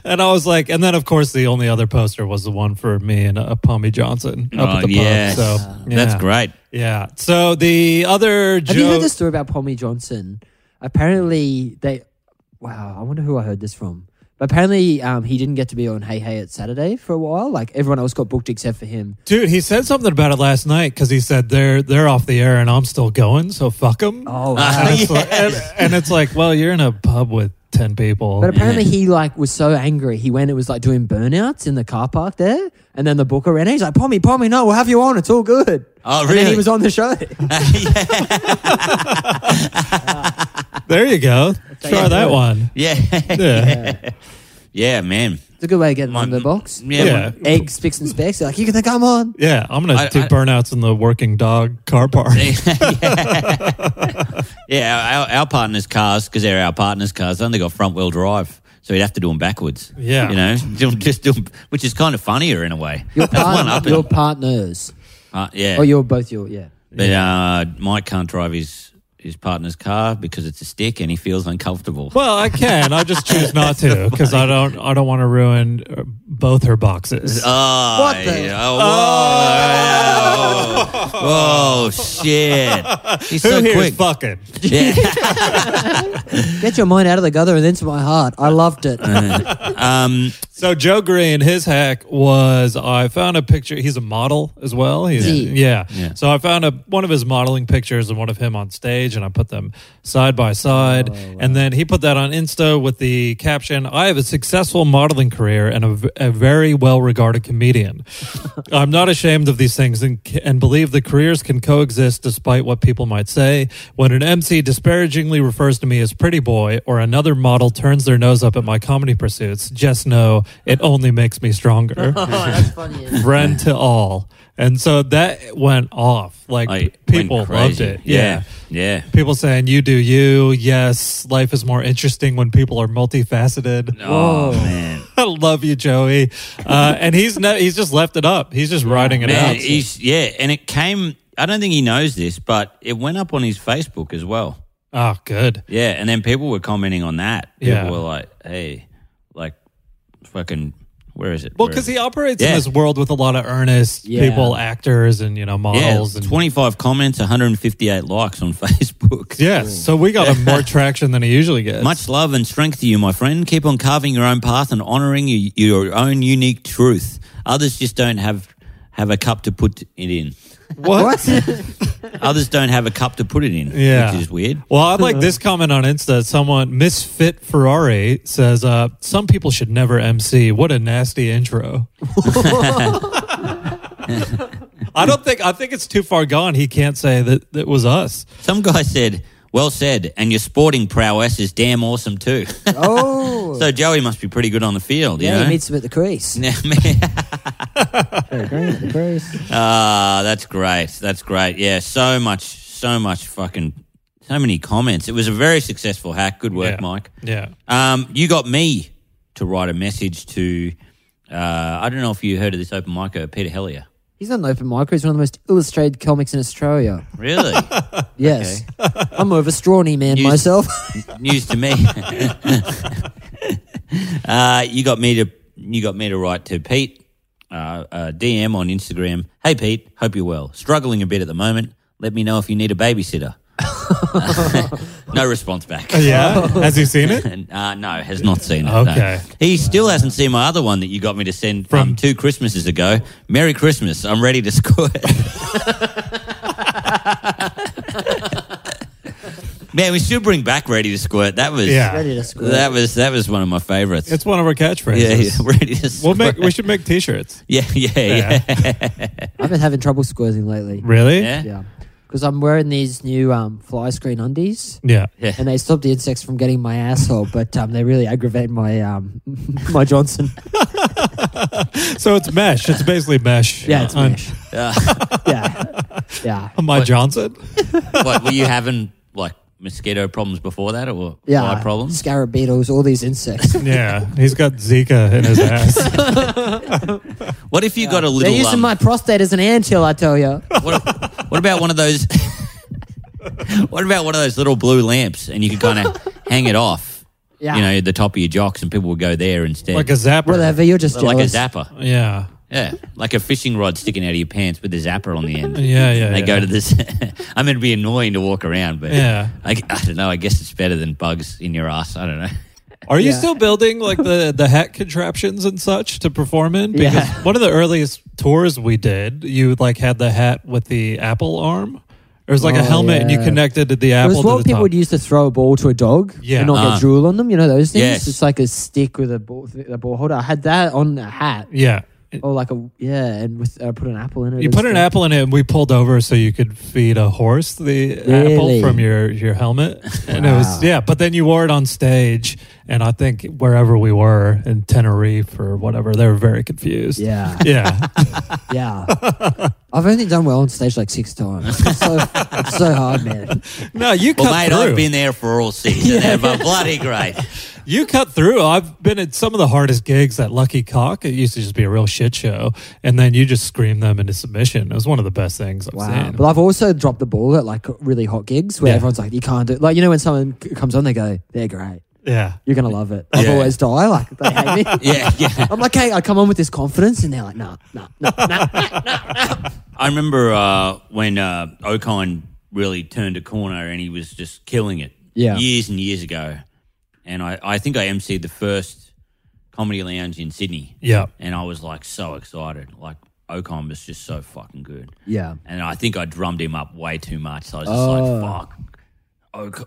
and I was like, and then of course the only other poster was the one for me and uh, Pommy Johnson up
Oh,
at the
yes.
pub. So yeah.
That's great.
Yeah. So the other
Have you
joke-
heard the story about Pommy Johnson? Apparently, they. Wow, I wonder who I heard this from. But apparently, um, he didn't get to be on Hey Hey at Saturday for a while. Like everyone else got booked except for him.
dude? He said something about it last night because he said they're they're off the air and I'm still going, so fuck them.
Oh,
wow.
and, it's like, and,
yes.
and it's like, well, you're in a pub with ten people.
But apparently he like was so angry. He went and was like doing burnouts in the car park there, and then the booker ran. in. He's like, "Pommy, Pommy, no, we'll have you on. It's all good."
Oh,
And then
really?
he was on the show.
there you go. Try
you
that
do it.
one.
Yeah.
Yeah.
Yeah, man.
It's a good way of getting
My-
on the box.
Yeah.
Yeah.
my-
Eggs, picks and specs. They're like, "You can come on."
Yeah, I'm gonna
I-
do
I-
burnouts in the working dog car park.
yeah, our, our partners' cars, because they're our partners' cars, they only got front wheel drive. So you'd have to do them backwards.
Yeah.
You know, do 'em- just do 'em- which is kind of funnier in a way.
Your,
That's one up.
partner, your partners.
uh, yeah.
Oh, you're both your yeah.
but uh, Mike can't drive his, his partner's car because it's a stick and he feels uncomfortable.
Well, I can. I just choose not to because I don't. I don't want to ruin uh, both her boxes.
Oh,
What the-
yeah. Oh, whoa. Whoa, shit. He's so
Who here is
quick.
fucking?
Yeah.
Get your mind out of the gutter and into my heart. I loved it.
Um,
So Joe Green, his hack was I found a picture. He's a model as well. He's, yeah.
Yeah.
Yeah.
So I found a one of his modeling pictures and one of him on stage, and I put them side by side.
Oh,
And then he put that on Insta with the caption: "I have a successful modeling career and a, v- a very well-regarded comedian. I'm not ashamed of these things and, c- and believe the careers can coexist despite what people might say. When an MC disparagingly refers to me as pretty boy or another model turns their nose up at my comedy pursuits, just know it only makes me stronger."
that's funny.
friend to all. And so that went off. Like
I
people
went crazy.
loved it.
Yeah.
Yeah.
Yeah.
People saying you do you. Yes, life is more interesting when people are multifaceted.
Whoa.
Oh, man.
I love you, Joey. Uh, and he's ne- he's just left it up. He's just writing it
Man,
out.
he's yeah, and it came. I don't think he knows this, but it went up on his Facebook as well.
Oh, good.
Yeah, and then people were commenting on that. People
Yeah.
were like, "Hey, like, fucking, where is it?"
Well,
Where
because
is
he operates in
Yeah.
this world with a lot of earnest
Yeah.
people, actors, and you know
it? yeah,
models. and,
twenty-five comments, one hundred and fifty-eight likes on Facebook.
yeah. So we got him more traction than he usually gets.
Much love and strength to you, my friend. Keep on carving your own path and honoring your, your own unique truth. Others just don't have have a cup to put it in.
what?
Others don't have a cup to put it in,
Yeah.
which is weird.
Well, I like this comment on Insta. Someone, Misfit Ferrari, says, uh, Some people should never MC. What a nasty intro. I don't think, I think it's too far gone. He can't say that that was us.
Some guy said, "Well said," and your sporting prowess is damn awesome too.
Oh,
so Joey must be pretty good on the field.
yeah,
you know?
he meets him at the crease.
Yeah, man.
Very great, the crease.
Ah, that's great. That's great. Yeah, so much, so much fucking, so many comments. It was a very successful hack. Good work,
Yeah.
Mike.
Yeah.
Um, you got me to write a message to. Uh, I don't know if you heard of this open micer, Peter Hellier.
He's not an open micer. He's one of the most illustrated comics in Australia.
Really?
Yes. I'm more of a strawny man
You-
myself.
News to me. uh, you got me to you got me to write to Pete. Uh, uh, DM on Instagram. Hey Pete, hope you're well. Struggling a bit at the moment. Let me know if you need a babysitter. no response back.
Yeah. Has he seen it?
And, uh, no, has not seen it. no.
Okay.
He still hasn't seen my other one that you got me to send from
From-
two Christmases ago. Merry Christmas. I'm ready to score it. Man, we should bring back Ready to Squirt. That was
Yeah.
Ready to squirt.
that was that was one of my favorites.
It's one of our catchphrases.
yeah, yeah, Ready to
We'll
Squirt.
make, we should make t shirts.
yeah, yeah, yeah,
I've been having trouble squirting lately.
Really?
yeah.
Yeah. Because I'm wearing these new um, fly screen undies.
Yeah.
Yeah.
And they stop the insects from getting my asshole, but um, they really aggravate my um, my Johnson.
So it's mesh. It's basically mesh.
Yeah, it's
on-
mesh.
Uh,
yeah, yeah,
on my Johnson.
What, were you having like mosquito problems before that or
yeah.
fly problems?
Scarab beetles, all these insects.
Yeah. He's got Zika in his ass.
What if you got a little
They're using
um,
my prostate as an anthill, I tell you.
what, what about one of those? what about one of those little blue lamps, and you could kind of hang it off?
Yeah.
You know, the top of your jocks, and people would go there instead.
like a zapper.
Whatever, you're just
like a
jealous.
zapper.
Yeah.
Yeah, like a fishing rod sticking out of your pants with a zapper on the end.
Yeah, yeah.
They
yeah.
go to this. I mean, it'd be annoying to walk around, but
Yeah.
I, I don't know. I guess it's better than bugs in your ass. I don't know.
Are you
Yeah.
still building like the the hat contraptions and such to perform in? Because
Yeah.
one of the earliest tours we did, you like had the hat with the apple arm. It was like a
Oh,
helmet, and you
yeah.
connected to the
It
apple.
was
to
what
the
people
top.
would use to throw a ball to a dog
Yeah.
and not
Ah.
get drool on them. You know those things?
Yes.
It's like a stick with a ball, a ball holder. I had that on a hat
Yeah,
or Oh, like a, yeah, and with uh, put an apple in it.
you put an
apple.
apple in it, and we pulled over so you could feed a horse the apple
Really?
from your your helmet. And it was yeah, but then you wore it on stage, and I think wherever we were in Tenerife or whatever, they were very confused.
Yeah,
yeah,
yeah. I've only done well on stage like six times. It's so, it's so hard, man.
no, you
Well,
cut
mate,
through.
I've been there for all season. They're bloody great.
You cut through. I've been at some of the hardest gigs at Lucky Cock. It used to just be a real shit show. And then you just scream them into submission. It was one of the best things I've
Wow.
seen.
But I've also dropped the ball at like really hot gigs where
Yeah.
everyone's like, you can't do it. Like, you know, when someone c- comes on, they go, they're great.
yeah.
You're going to love it. I've
Yeah.
always die. Like, they hate me.
Yeah, yeah.
I'm like, hey, I come on with this confidence, and they're like, nah, nah, nah, nah.
I remember uh, when uh, Okine really turned a corner and he was just killing it.
Yeah.
Years and years ago. And I, I think I emceed the first comedy lounge in Sydney.
Yeah.
And I was like so excited. Like Okine was just so fucking good.
Yeah.
And I think I drummed him up way too much. So I was just
Oh.
like, fuck.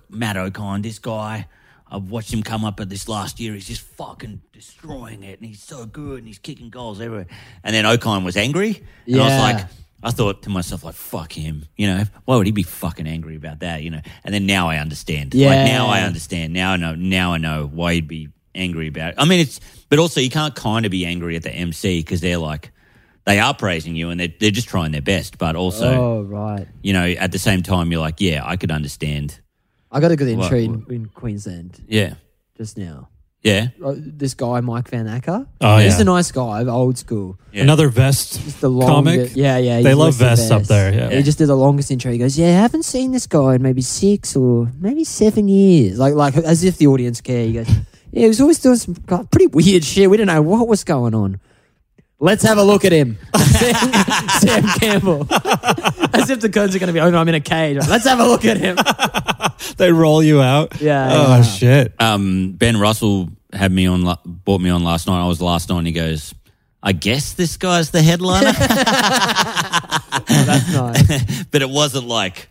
O- Matt O'Kine, this guy. I've watched him come up at this last year. He's just fucking destroying it. And he's so good and he's kicking goals everywhere. And then O'Kine was angry. And I
Yeah.
was like, I thought to myself, like, fuck him. You know, why would he be fucking angry about that? You know, and then now I understand.
Yeah.
Like, now I understand. Now I know. Now I know why he'd be angry about it. I mean, it's, but also you can't kind of be angry at the MC because they're like, they are praising you and they're, they're just trying their best. But also,
Oh, right.
you know, at the same time, you're like, yeah, I could understand.
I got a good intro
What-
in, in Queensland
Yeah.
just now.
Yeah.
uh, this guy Mike Van Acker.
Oh,
he's
yeah.
a nice guy, old school.
Yeah.
Another vest
Just the
comic.
longest, yeah, yeah.
They
he wears
love
the
vests up there, yeah.
he just did the longest intro. He goes, "Yeah, I haven't seen this guy in maybe six or maybe seven years." Like, like as if the audience care. He goes, "Yeah, he was always doing some go- pretty weird shit. We didn't know what was going on." Let's have a look at him, Sam, Sam Campbell. as if the curtains are going to be open. I'm in a cage. Let's have a look at him.
They roll you out.
Yeah,
Oh
yeah.
shit.
Um, ben Russell had me on, la- bought me on last night. I was last night. And he goes, I guess this guy's the headliner,
Oh, that's nice.
but it wasn't like,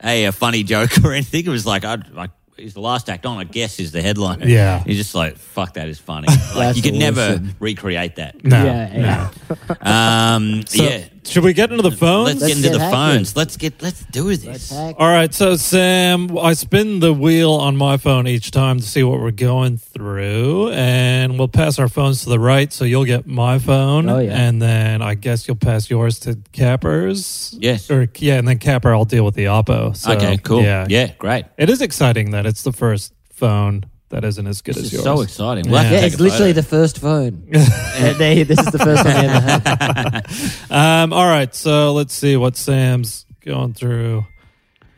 hey, a funny joke or anything. It was like, I, I he's the last act on. I guess is the headliner.
Yeah.
He's just like, fuck, that is funny. like
That's
you could never
awesome.
recreate that.
No.
yeah, yeah.
Um,
So,
yeah.
Should we get into the phones?
Let's, get into
get
the
hacking.
phones. Let's get let's do
Let's
this.
hack.
All right, so Sam, I spin the wheel on my phone each time to see what we're going through, and we'll pass our phones to the right, so you'll get my phone,
Oh, yeah.
and then I guess you'll pass yours to Capper's.
Yes.
or yeah, and then Capper, I'll deal with the Oppo. So,
okay, cool. Yeah, great.
It is exciting that it's the first phone that isn't as good as
This
yours.
is so exciting. We'll have to
Yeah,
take
it's
a
literally
photo.
the first phone. And they- this is the first one I ever had.
Um, all right, so let's see what Sam's going through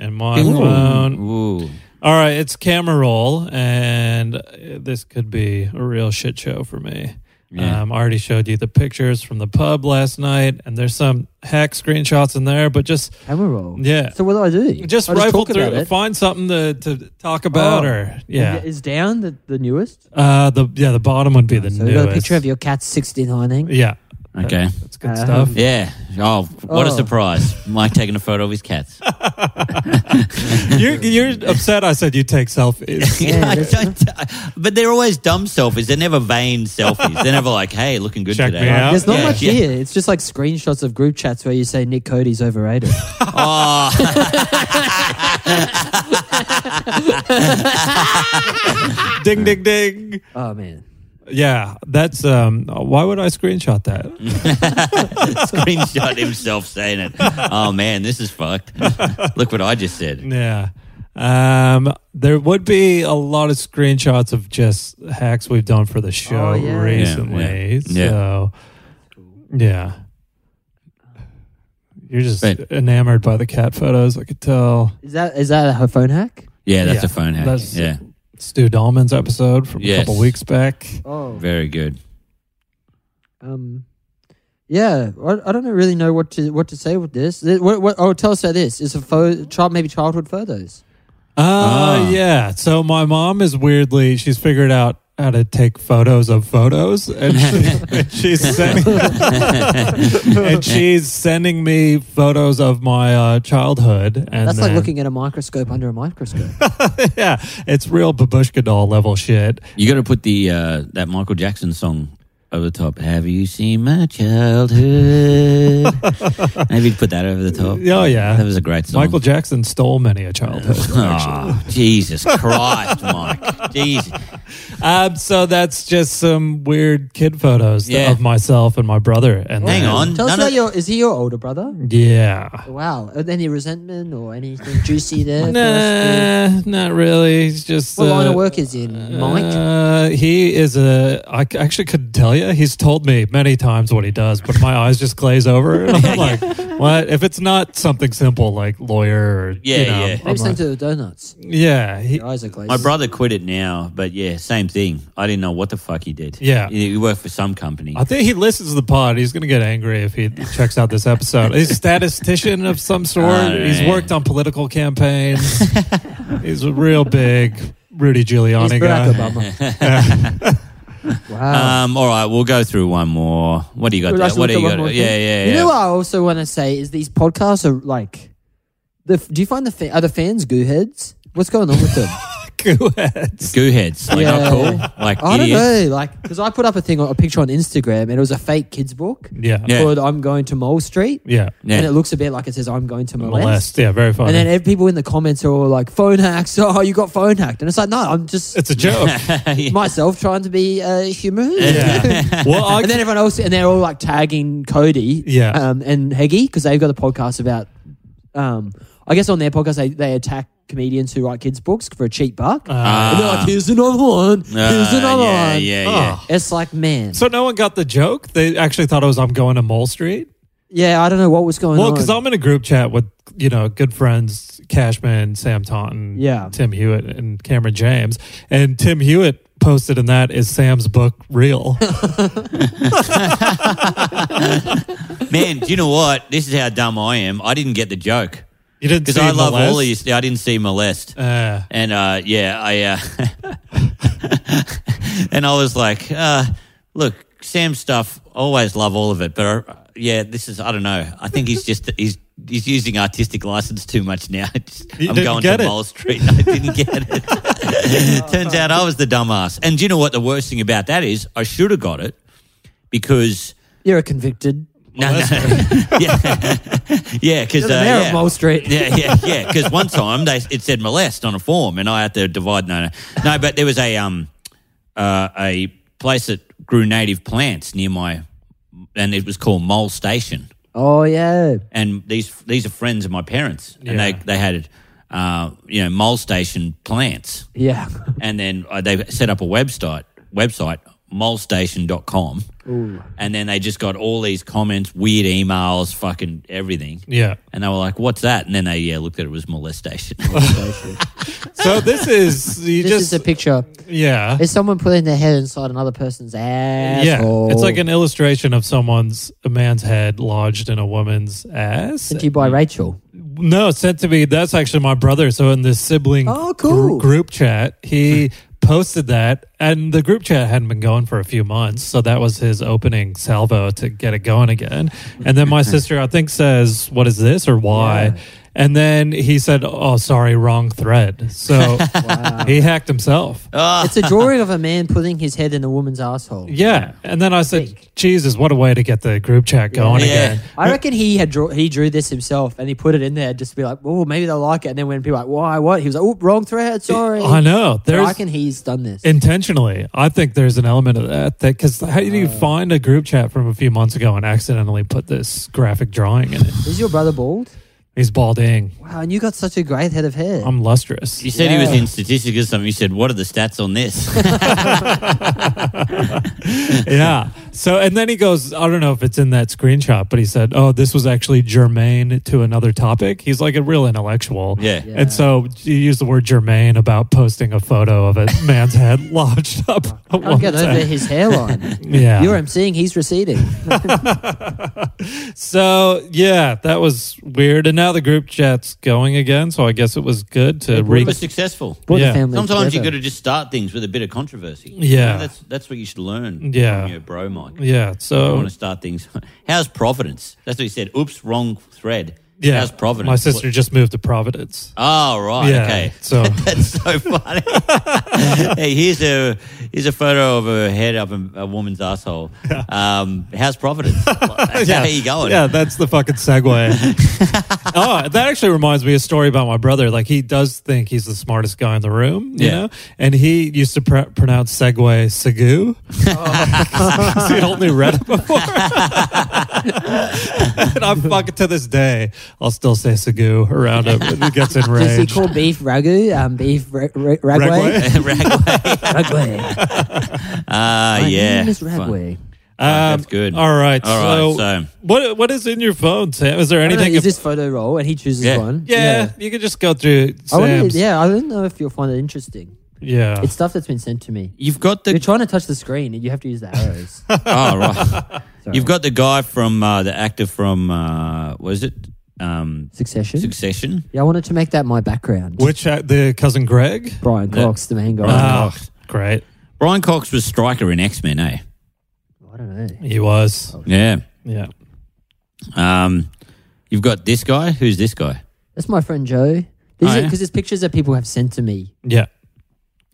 in my phone.
Ooh.
All right, it's camera roll, and uh, this could be a real shit show for me.
Yeah.
Um, I already showed you the pictures from the pub last night, and there's some hack screenshots in there, but just
Camera roll.
Yeah.
So what do I do?
just
I
rifle
talk
through,
about it.
find something to, to talk about,
Oh.
or yeah,
Is down the, the newest?
uh, the yeah the bottom would be the
So we
newest.
got a picture of your cat 69ing.
yeah,
Okay.
that's good
Um,
stuff.
Yeah. Oh, what a
Oh.
surprise. Mike taking a photo of his cats.
You're you're upset. I said you take selfies.
Yeah,
I
that's-
don't, but they're always dumb selfies. They're never vain selfies. They're never like, hey, looking good
Check
today.
me out.
There's not
Yeah,
much
yeah.
here. It's just like screenshots of group chats where you say Nick Cody's overrated.
Oh,
ding ding ding.
oh man.
Yeah, that's um. Why would I screenshot that?
screenshot himself saying it. Oh, man, this is fucked. Look what I just said.
Yeah. Um, there would be a lot of screenshots of just hacks we've done for the show
Oh, yeah.
recently.
Yeah, yeah.
So, yeah. You're just
Right.
enamored by the cat photos. I could tell.
Is that is that a phone hack?
Yeah, that's
Yeah,
a phone hack.
that's-
yeah,
Stu Dahlman's episode from
Yes.
a couple weeks back.
Oh.
very good.
Um yeah, I, I don't really know what to what to say with this. Th- What, what, oh, tell us about this. Is a pho- child maybe childhood photos?
Uh,
Ah.
yeah. So my mom is weirdly she's figured out how to take photos of photos, and, she, and she's sending and she's sending me photos of my uh, childhood. And
That's
then-
like looking at a microscope under a microscope.
yeah, it's real babushka doll level shit.
You got to put the uh, that Michael Jackson song over the top. Have you seen my childhood? Maybe put that over the top.
Oh, yeah.
that was a great song.
Michael Jackson stole many a childhood. actually.
Oh, Jesus Christ, Mike. Jesus.
um, so that's just some weird kid photos
Yeah.
of myself and my brother. And
Hang
then-
on.
Tell us
None
about
of-
your. Is he your older brother?
Yeah.
Wow. Any resentment or anything juicy there? for us to-
Nah, not really. It's just
What line
uh,
of work is he in, Mike?
Uh, he is a. I c- actually couldn't tell you. He's told me many times what he does, but my eyes just glaze over, and I'm like, "What?" If it's not something simple like lawyer, or, you
Yeah,
know,
yeah.
I'm
Maybe
like-
send to the donuts.
yeah, he-
Your eyes are glazed.
My brother quit it now, but yeah, same thing. I didn't know what the fuck he did.
Yeah.
He, he worked for some company.
I think he listens to the pod. He's going to get angry if he checks out this episode. He's a statistician of some sort.
All
He's
right.
worked on political campaigns. He's a real big Rudy Giuliani
He's
guy.
Barack Obama.
Uh,
wow.
Um, all right, we'll go through one more. What do you got
Would I
there?
still
What do
do
you
one
got?
more thing?
Yeah, yeah, yeah.
You know what I also want to say is these podcasts are like. The, do you find the fa- are the fans goo heads? What's going on with them?
Go ahead.
Goo heads. Like,
Yeah.
not cool. Like,
I don't
idiots.
know. Like, because I put up a thing, on a picture on Instagram, and it was a fake kids book
Yeah.
Yeah.
called "I'm Going to Mole Street,"
Yeah.
Yeah.
and it looks a bit like it says "I'm going to molest."
Molest. Yeah. Very funny.
And then ev- people in the comments are all like, "Phone hacks! Oh, you got phone hacked!" And it's like, no, I'm just
it's a joke.
Yeah.
myself trying to be uh, humorous.
yeah. Well, I,
and then everyone else, and they're all like tagging Cody,
Yeah.
um, and Heggy because they've got a podcast about. Um, I guess on their podcast they they attack comedians who write kids' books for a cheap buck.
Ah.
and they're like, here's another one. here's
Uh,
another
yeah,
one.
yeah, yeah.
Oh.
It's like, man.
So no one got the joke. They actually thought it was I'm going to Mole Street.
yeah, I don't know what was going
Well,
on.
because I'm in a group chat with you know good friends Cashman, Sam Taunton,
Yeah.
Tim Hewitt, and Cameron James. And Tim Hewitt posted in that is Sam's book real?
Man, do you know what? This is how dumb I am. I didn't get the joke
You didn't
because
see
I love all
Melez?
these. I didn't see molest.
Uh,
And uh, yeah, I uh, and I was like, uh, look, Sam's stuff. Always love all of it, but uh, yeah, this is I don't know. I think he's just he's he's using artistic license too much now. Just,
You
I'm
didn't
going
get
to
it.
Mole Street. I didn't get it. Turns out I was the dumbass. And do you know what the worst thing about that is? I should have got it because.
You're a convicted.
No, no. yeah, yeah, because
You're the mayor
yeah.
of Mole Street.
yeah, yeah, yeah. Because one time they it said molest on a form, and I had to divide. No, no, no. But there was a um uh, a place that grew native plants near my, and it was called Mole Station.
Oh, yeah.
And these these are friends of my parents, and
Yeah.
they they had uh you know Mole Station plants,
Yeah.
and then uh, they set up a website website molestation.com and then they just got all these comments weird emails fucking everything
yeah.
and they were like what's that and then they yeah looked at it, it was molestation
So this is you
This
just
is a picture.
yeah
It's someone putting their head inside another person's asshole.
yeah. It's like an illustration of someone's a man's head lodged in a woman's ass.
Sent to you by Rachel.
No, sent to me. That's actually my brother. So in this sibling
Oh, cool.
gr- group chat, he posted that, and the group chat hadn't been going for a few months. So that was his opening salvo to get it going again. And then my sister, I think, says, "What is this or why?" And then he said, "Oh, sorry, wrong thread." So he hacked himself.
It's a drawing of a man putting his head in a woman's asshole.
Yeah. And then I said, Jesus, what a way to get the group chat going
Yeah.
again.
I reckon he had draw, he drew this himself and he put it in there just to be like, oh, maybe they'll like it. And then when people are like, why, what? He was like, oh, wrong thread. Sorry.
I know.
But I
There's
reckon he's done this.
intentionally. I think there's an element of that. That because how do you find a group chat from a few months ago and accidentally put this graphic drawing in it?
Is your brother bald?
He's balding.
Wow, and you got such a great head of hair.
I'm lustrous.
you said he was
Yeah.
in statistics or something you said what are the stats on this
yeah. So and then he goes, I don't know if it's in that screenshot, but he said, "Oh, this was actually germane to another topic." He's like a real intellectual.
Yeah.
Yeah.
And so you use the word germane about posting a photo of a man's head lodged up. a
Can't get
woman's
over
head.
his hairline.
eh? Yeah.
You're him seeing he's receding.
So yeah, that was weird. And now the group chat's going again, so I guess it was good to re.
it was successful
Brought
Yeah.
the family
sometimes you got
together.
to just start things with a bit of controversy
Yeah.
that's that's what you should learn
Yeah.
from your bro mike
Yeah.
I
So
want to start things. How's Providence? That's what he said. Oops, wrong thread.
yeah,
How's Providence?
My sister just moved to Providence.
Oh right,
Yeah,
okay.
so-
that's so funny. hey, here's a here's a photo of her head up in a woman's asshole. Um, how's Providence? How you going?
Yeah, that's the fucking segue. oh, that actually reminds me of a story about my brother. Like he does think he's the smartest guy in the room, you
Yeah.
know? And he used to pr- pronounce segue Segu.
Oh.
he only read it before. and I'm fucking to this day, I'll still say Segu around him when he gets
Does he
enraged.
call beef ragu? Um, beef ra- ra- ragway?
Ragway.
Ragway.
Ah,
My
yeah.
name is
Fun.
Ragway.
Oh, that's good.
Um, All right.
All right,
so,
so-
what what is in your phone, Sam? Is there
I don't know,
anything?
Is this photo roll? And he chooses
Yeah.
one.
yeah, you could just go through
I wonder,
Sam's.
yeah, I don't know if you'll find it interesting.
yeah.
It's stuff that's been sent to me.
You've got
You're
the
trying to touch the screen, and you have to use the arrows.
oh right.
Sorry.
You've got the guy from uh, the actor from uh, was it um,
Succession.
Succession?
yeah, I wanted to make that my background.
Which uh, the cousin Greg?
Brian
Yeah.
Cox, the main guy.
Brian
Ah,
Cox.
great.
Brian Cox was striker in X Men, eh?
I don't know.
He was.
Yeah.
Yeah.
Um, you've got this guy. Who's this guy?
That's my friend Joe. These
Oh,
are
yeah?
because it's pictures that people have sent to me.
Yeah.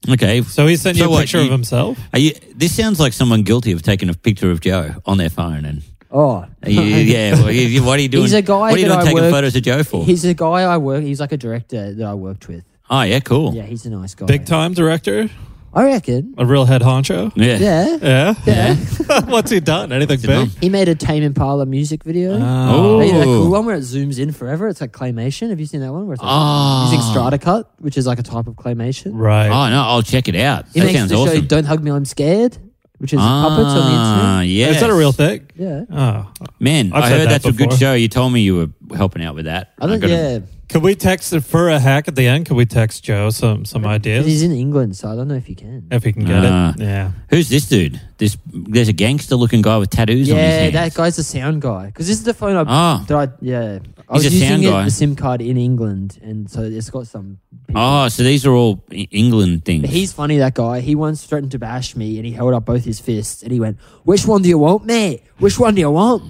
Okay,
So he sent
So
you a
what,
picture
you-
of
Oh,
himself.
Are you, this sounds like someone guilty of taking a picture of Joe on their phone. And
Oh,
are you- yeah, well, you- you- what are you doing?
He's a guy
What are you
that
doing
I
taking
work-
photos of Joe for?
he's a guy I work. He's like a director that I worked with.
oh yeah, cool.
Yeah, he's a nice guy.
Big time director.
I reckon.
A real head honcho?
Yeah.
Yeah.
Yeah.
Yeah.
What's he done? Anything
he
big?
done?
He made a Tame Impala music video.
Oh.
Hey, that cool
Oh.
one where it zooms in forever. It's like claymation. Have you seen that one? Where it's like
Ah.
using strata cut, which is like a type of claymation.
Right.
Oh, no, I'll check it out.
He
that
makes
sounds
the show
awesome.
Don't Hug Me, I'm Scared, which is puppets on the
Ah,
internet.
yes.
Is that a real thing?
Yeah.
Oh.
Man,
I've
i
said
heard
that
that's a
before.
good show. You told me you were helping out with that.
I don't,
gotta-
yeah.
Could we text for a hack at the end? Could we text Joe some some
'Cause He's
ideas
in England, so I don't know if you can.
if he can get
Ah.
it? Yeah.
Who's this dude? This there's a gangster looking guy with tattoos on his
yeah,
hands.
that guy's the sound guy. Because this is the phone I,
Ah.
that I yeah. I
He's
was
a
using
sound
it,
guy.
the SIM card in England, and so it's got some. people.
Oh, so these are all E- England things.
But he's funny, that guy. He once threatened to bash me, and he held up both his fists, and he went, "Which one do you want, mate? Which one do you want?"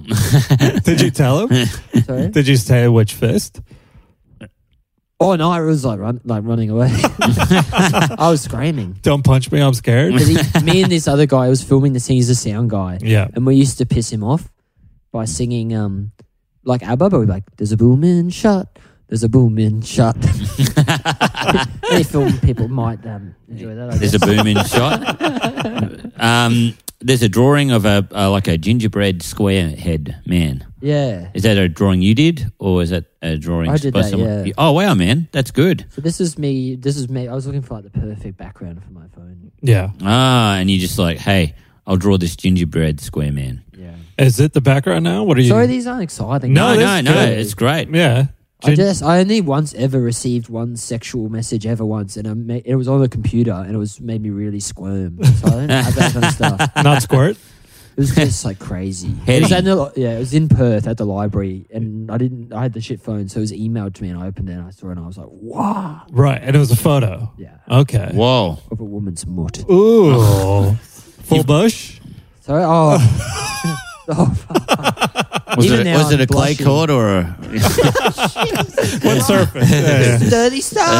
Did you tell him?
Sorry.
Did you say which fist?
Oh no, I was like run, like running away. I was screaming.
Don't punch me. I'm scared.
'Cause he- me and this other guy was filming the scene. He's a sound guy,
yeah.
and we used to piss him off by singing um like ABBA, but we'd be like, "There's a booming shot, there's a booming shot." Any film people might um, enjoy that. I
there's
guess.
a booming shot. Um, there's a drawing of a uh, like a gingerbread square head man.
yeah.
Is that a drawing you did, or is that a drawing
I did
by
that,
someone?
yeah.
You- Oh wow, man, that's good.
So this is me. This is me. I was looking for like the perfect background for my phone.
Yeah.
Ah, and you just like, hey, I'll draw this gingerbread square man.
Yeah.
Is it the background now? What are you?
Sorry, these aren't exciting.
No,
No,
this
no,
is
no,
good.
it's great.
yeah.
I just I only once ever received one sexual message ever once, and I ma- it was on the computer, and it was made me really squirm. So I don't have that kind of stuff.
Not squirt.
It was just like crazy. It was
Heady.
at the, li- yeah, it was in Perth at the library, and I didn't. I had the shit phone, so it was emailed to me, and I opened it, and I saw it, and I was like, "Wow!"
Right. And it was a photo.
Yeah,
Okay.
Whoa.
of a woman's mutt.
Ooh. Full bush.
So oh, oh fuck.
Was
Even
it,
now
was it
I'm
a clay
blushing.
court or a.
What surface? Yeah, yeah.
dirty stuff.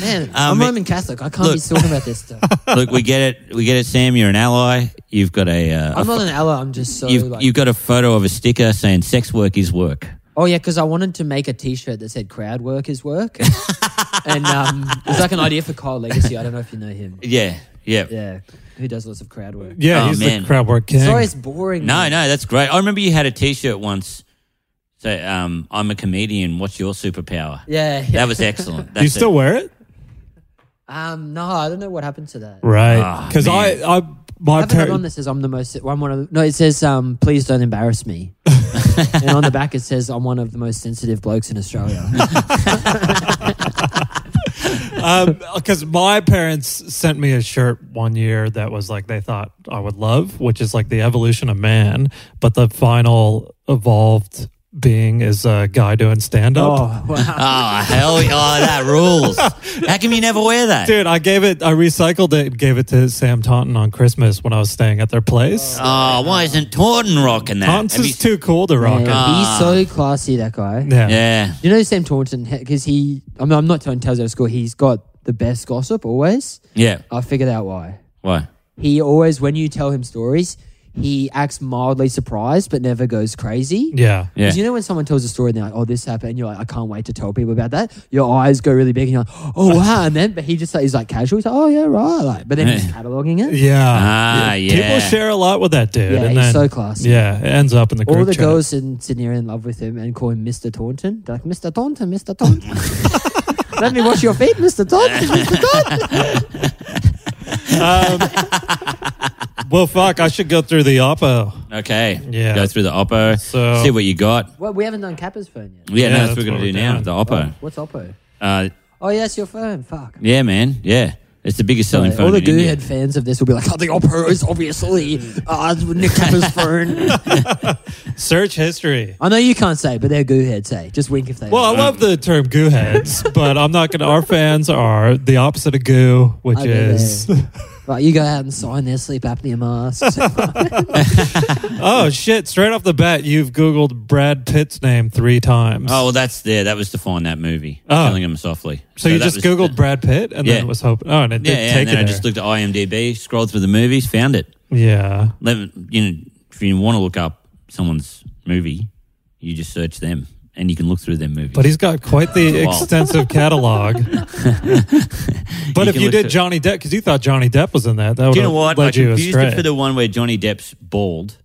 Man, I'm
Um,
Roman Catholic. I can't
look.
be talking about this stuff.
Look, we get it. We get it, Sam. You're an ally. You've got a. Uh, a
I'm not an ally. I'm just so
you've,
like.
you've got a photo of a sticker saying sex work is work.
Oh yeah, because I wanted to make a T-shirt that said "Crowd work is work," and um, it was like an idea for Kyle Legacy. I don't know if you know him.
Yeah. Yeah.
Yeah, who does lots of crowd work?
Yeah,
Oh,
he's
man.
the crowd work king.
Sorry, it's boring.
No,
Mm-hmm.
man.
no, that's great. I remember you had a T-shirt once. Say, um, I'm a comedian. What's your superpower?
Yeah, yeah.
That was excellent.
Do you
That's
still
it.
wear it?
Um, no, I don't know what happened to that.
Right.
Ah,
Because
man.
I, I,
I
my
have another one
parents.
that says I'm the most. I'm one of. The, no, it says um, please don't embarrass me. and on the back it says I'm one of the most sensitive blokes in Australia.
Because um, my parents sent me a shirt one year that was like they thought I would love, which is like the evolution of man, but the final evolved being is a guy doing stand up.
oh wow.
Oh hell! yeah. Oh, that rules. How come you never wear that?
Dude, I gave it, I recycled it and gave it to Sam Taunton on Christmas when I was staying at their place.
Oh, why isn't Taunton rocking that?
Taunton's
Have you-
is too cool to rock
Man,
it.
Ah.
he's so classy. That guy.
Yeah.
yeah.
You know Sam Taunton because he. I mean, I'm not telling tales out of school. He's got the best gossip always.
Yeah.
I figured out why.
Why?
He always, when you tell him stories, he acts mildly surprised but never goes crazy.
Yeah.
Yeah.
'Cause you know when someone tells a story and they're like, "Oh, this happened," and you're like, "I can't wait to tell people about that." Your eyes go really big, and you're like, "Oh wow!" And then, but he just like, he's like casual. He's like, "Oh yeah, right." Like, but then he's cataloging it.
Yeah.
Ah, yeah.
People share a lot with that dude.
Yeah,
and
he's
then,
so classy.
Yeah, it ends up in the group
All the
chat.
girls in Sydney are in love with him and call him Mr. Taunton. They're like, "Mr. Taunton, Mr. Taunton." Let me wash your feet, Mr. Taunton, Mr. Taunton.
Um, well, fuck, I should go through the Oppo.
Okay.
Yeah.
Go through the oppo.
So-
see what you got.
Well, we haven't done Kappa's phone yet. Oh,
Yeah,
Yeah,
no, that's,
that's
what we're
what
gonna
we're
do now.
doing.
The oppo.
What's Oppo?
Uh,
Oh yeah, it's your phone. Fuck.
yeah, man. Yeah, it's the biggest selling
Like,
phone.
all the
in India.
goohead fans of this will be like, oh, the opera is obviously uh, Nick Capper's phone.
Search history.
I know you can't say, but they're gooheads, say. Just wink if they
Well, I
Uh,
are.
love the term goo heads, but I'm not going to. Our fans are the opposite of goo, which
I get
is.
it. Right, you go out and sign their sleep apnea masks.
oh, shit. Straight off the bat, you've Googled Brad Pitt's name three times.
Oh, well, that's there. That was to find that movie.
Oh.
Killing him softly.
so, you
that
just
was-
Googled Brad Pitt and
Yeah.
then was hoping. Oh, and it
Yeah,
did
yeah.
take
And then
it.
I just looked at IMDb, scrolled through the movies, found it.
yeah.
Let, you know, if you want to look up someone's movie, you just search them, and you can look through their movies.
But he's got quite the
Wow.
extensive catalog. but if
can
you
look
did
at-
Johnny Depp, because you thought Johnny Depp was in that, that would
Do you know what? I
led you
confused
astray.
it for the one where Johnny Depp's bald,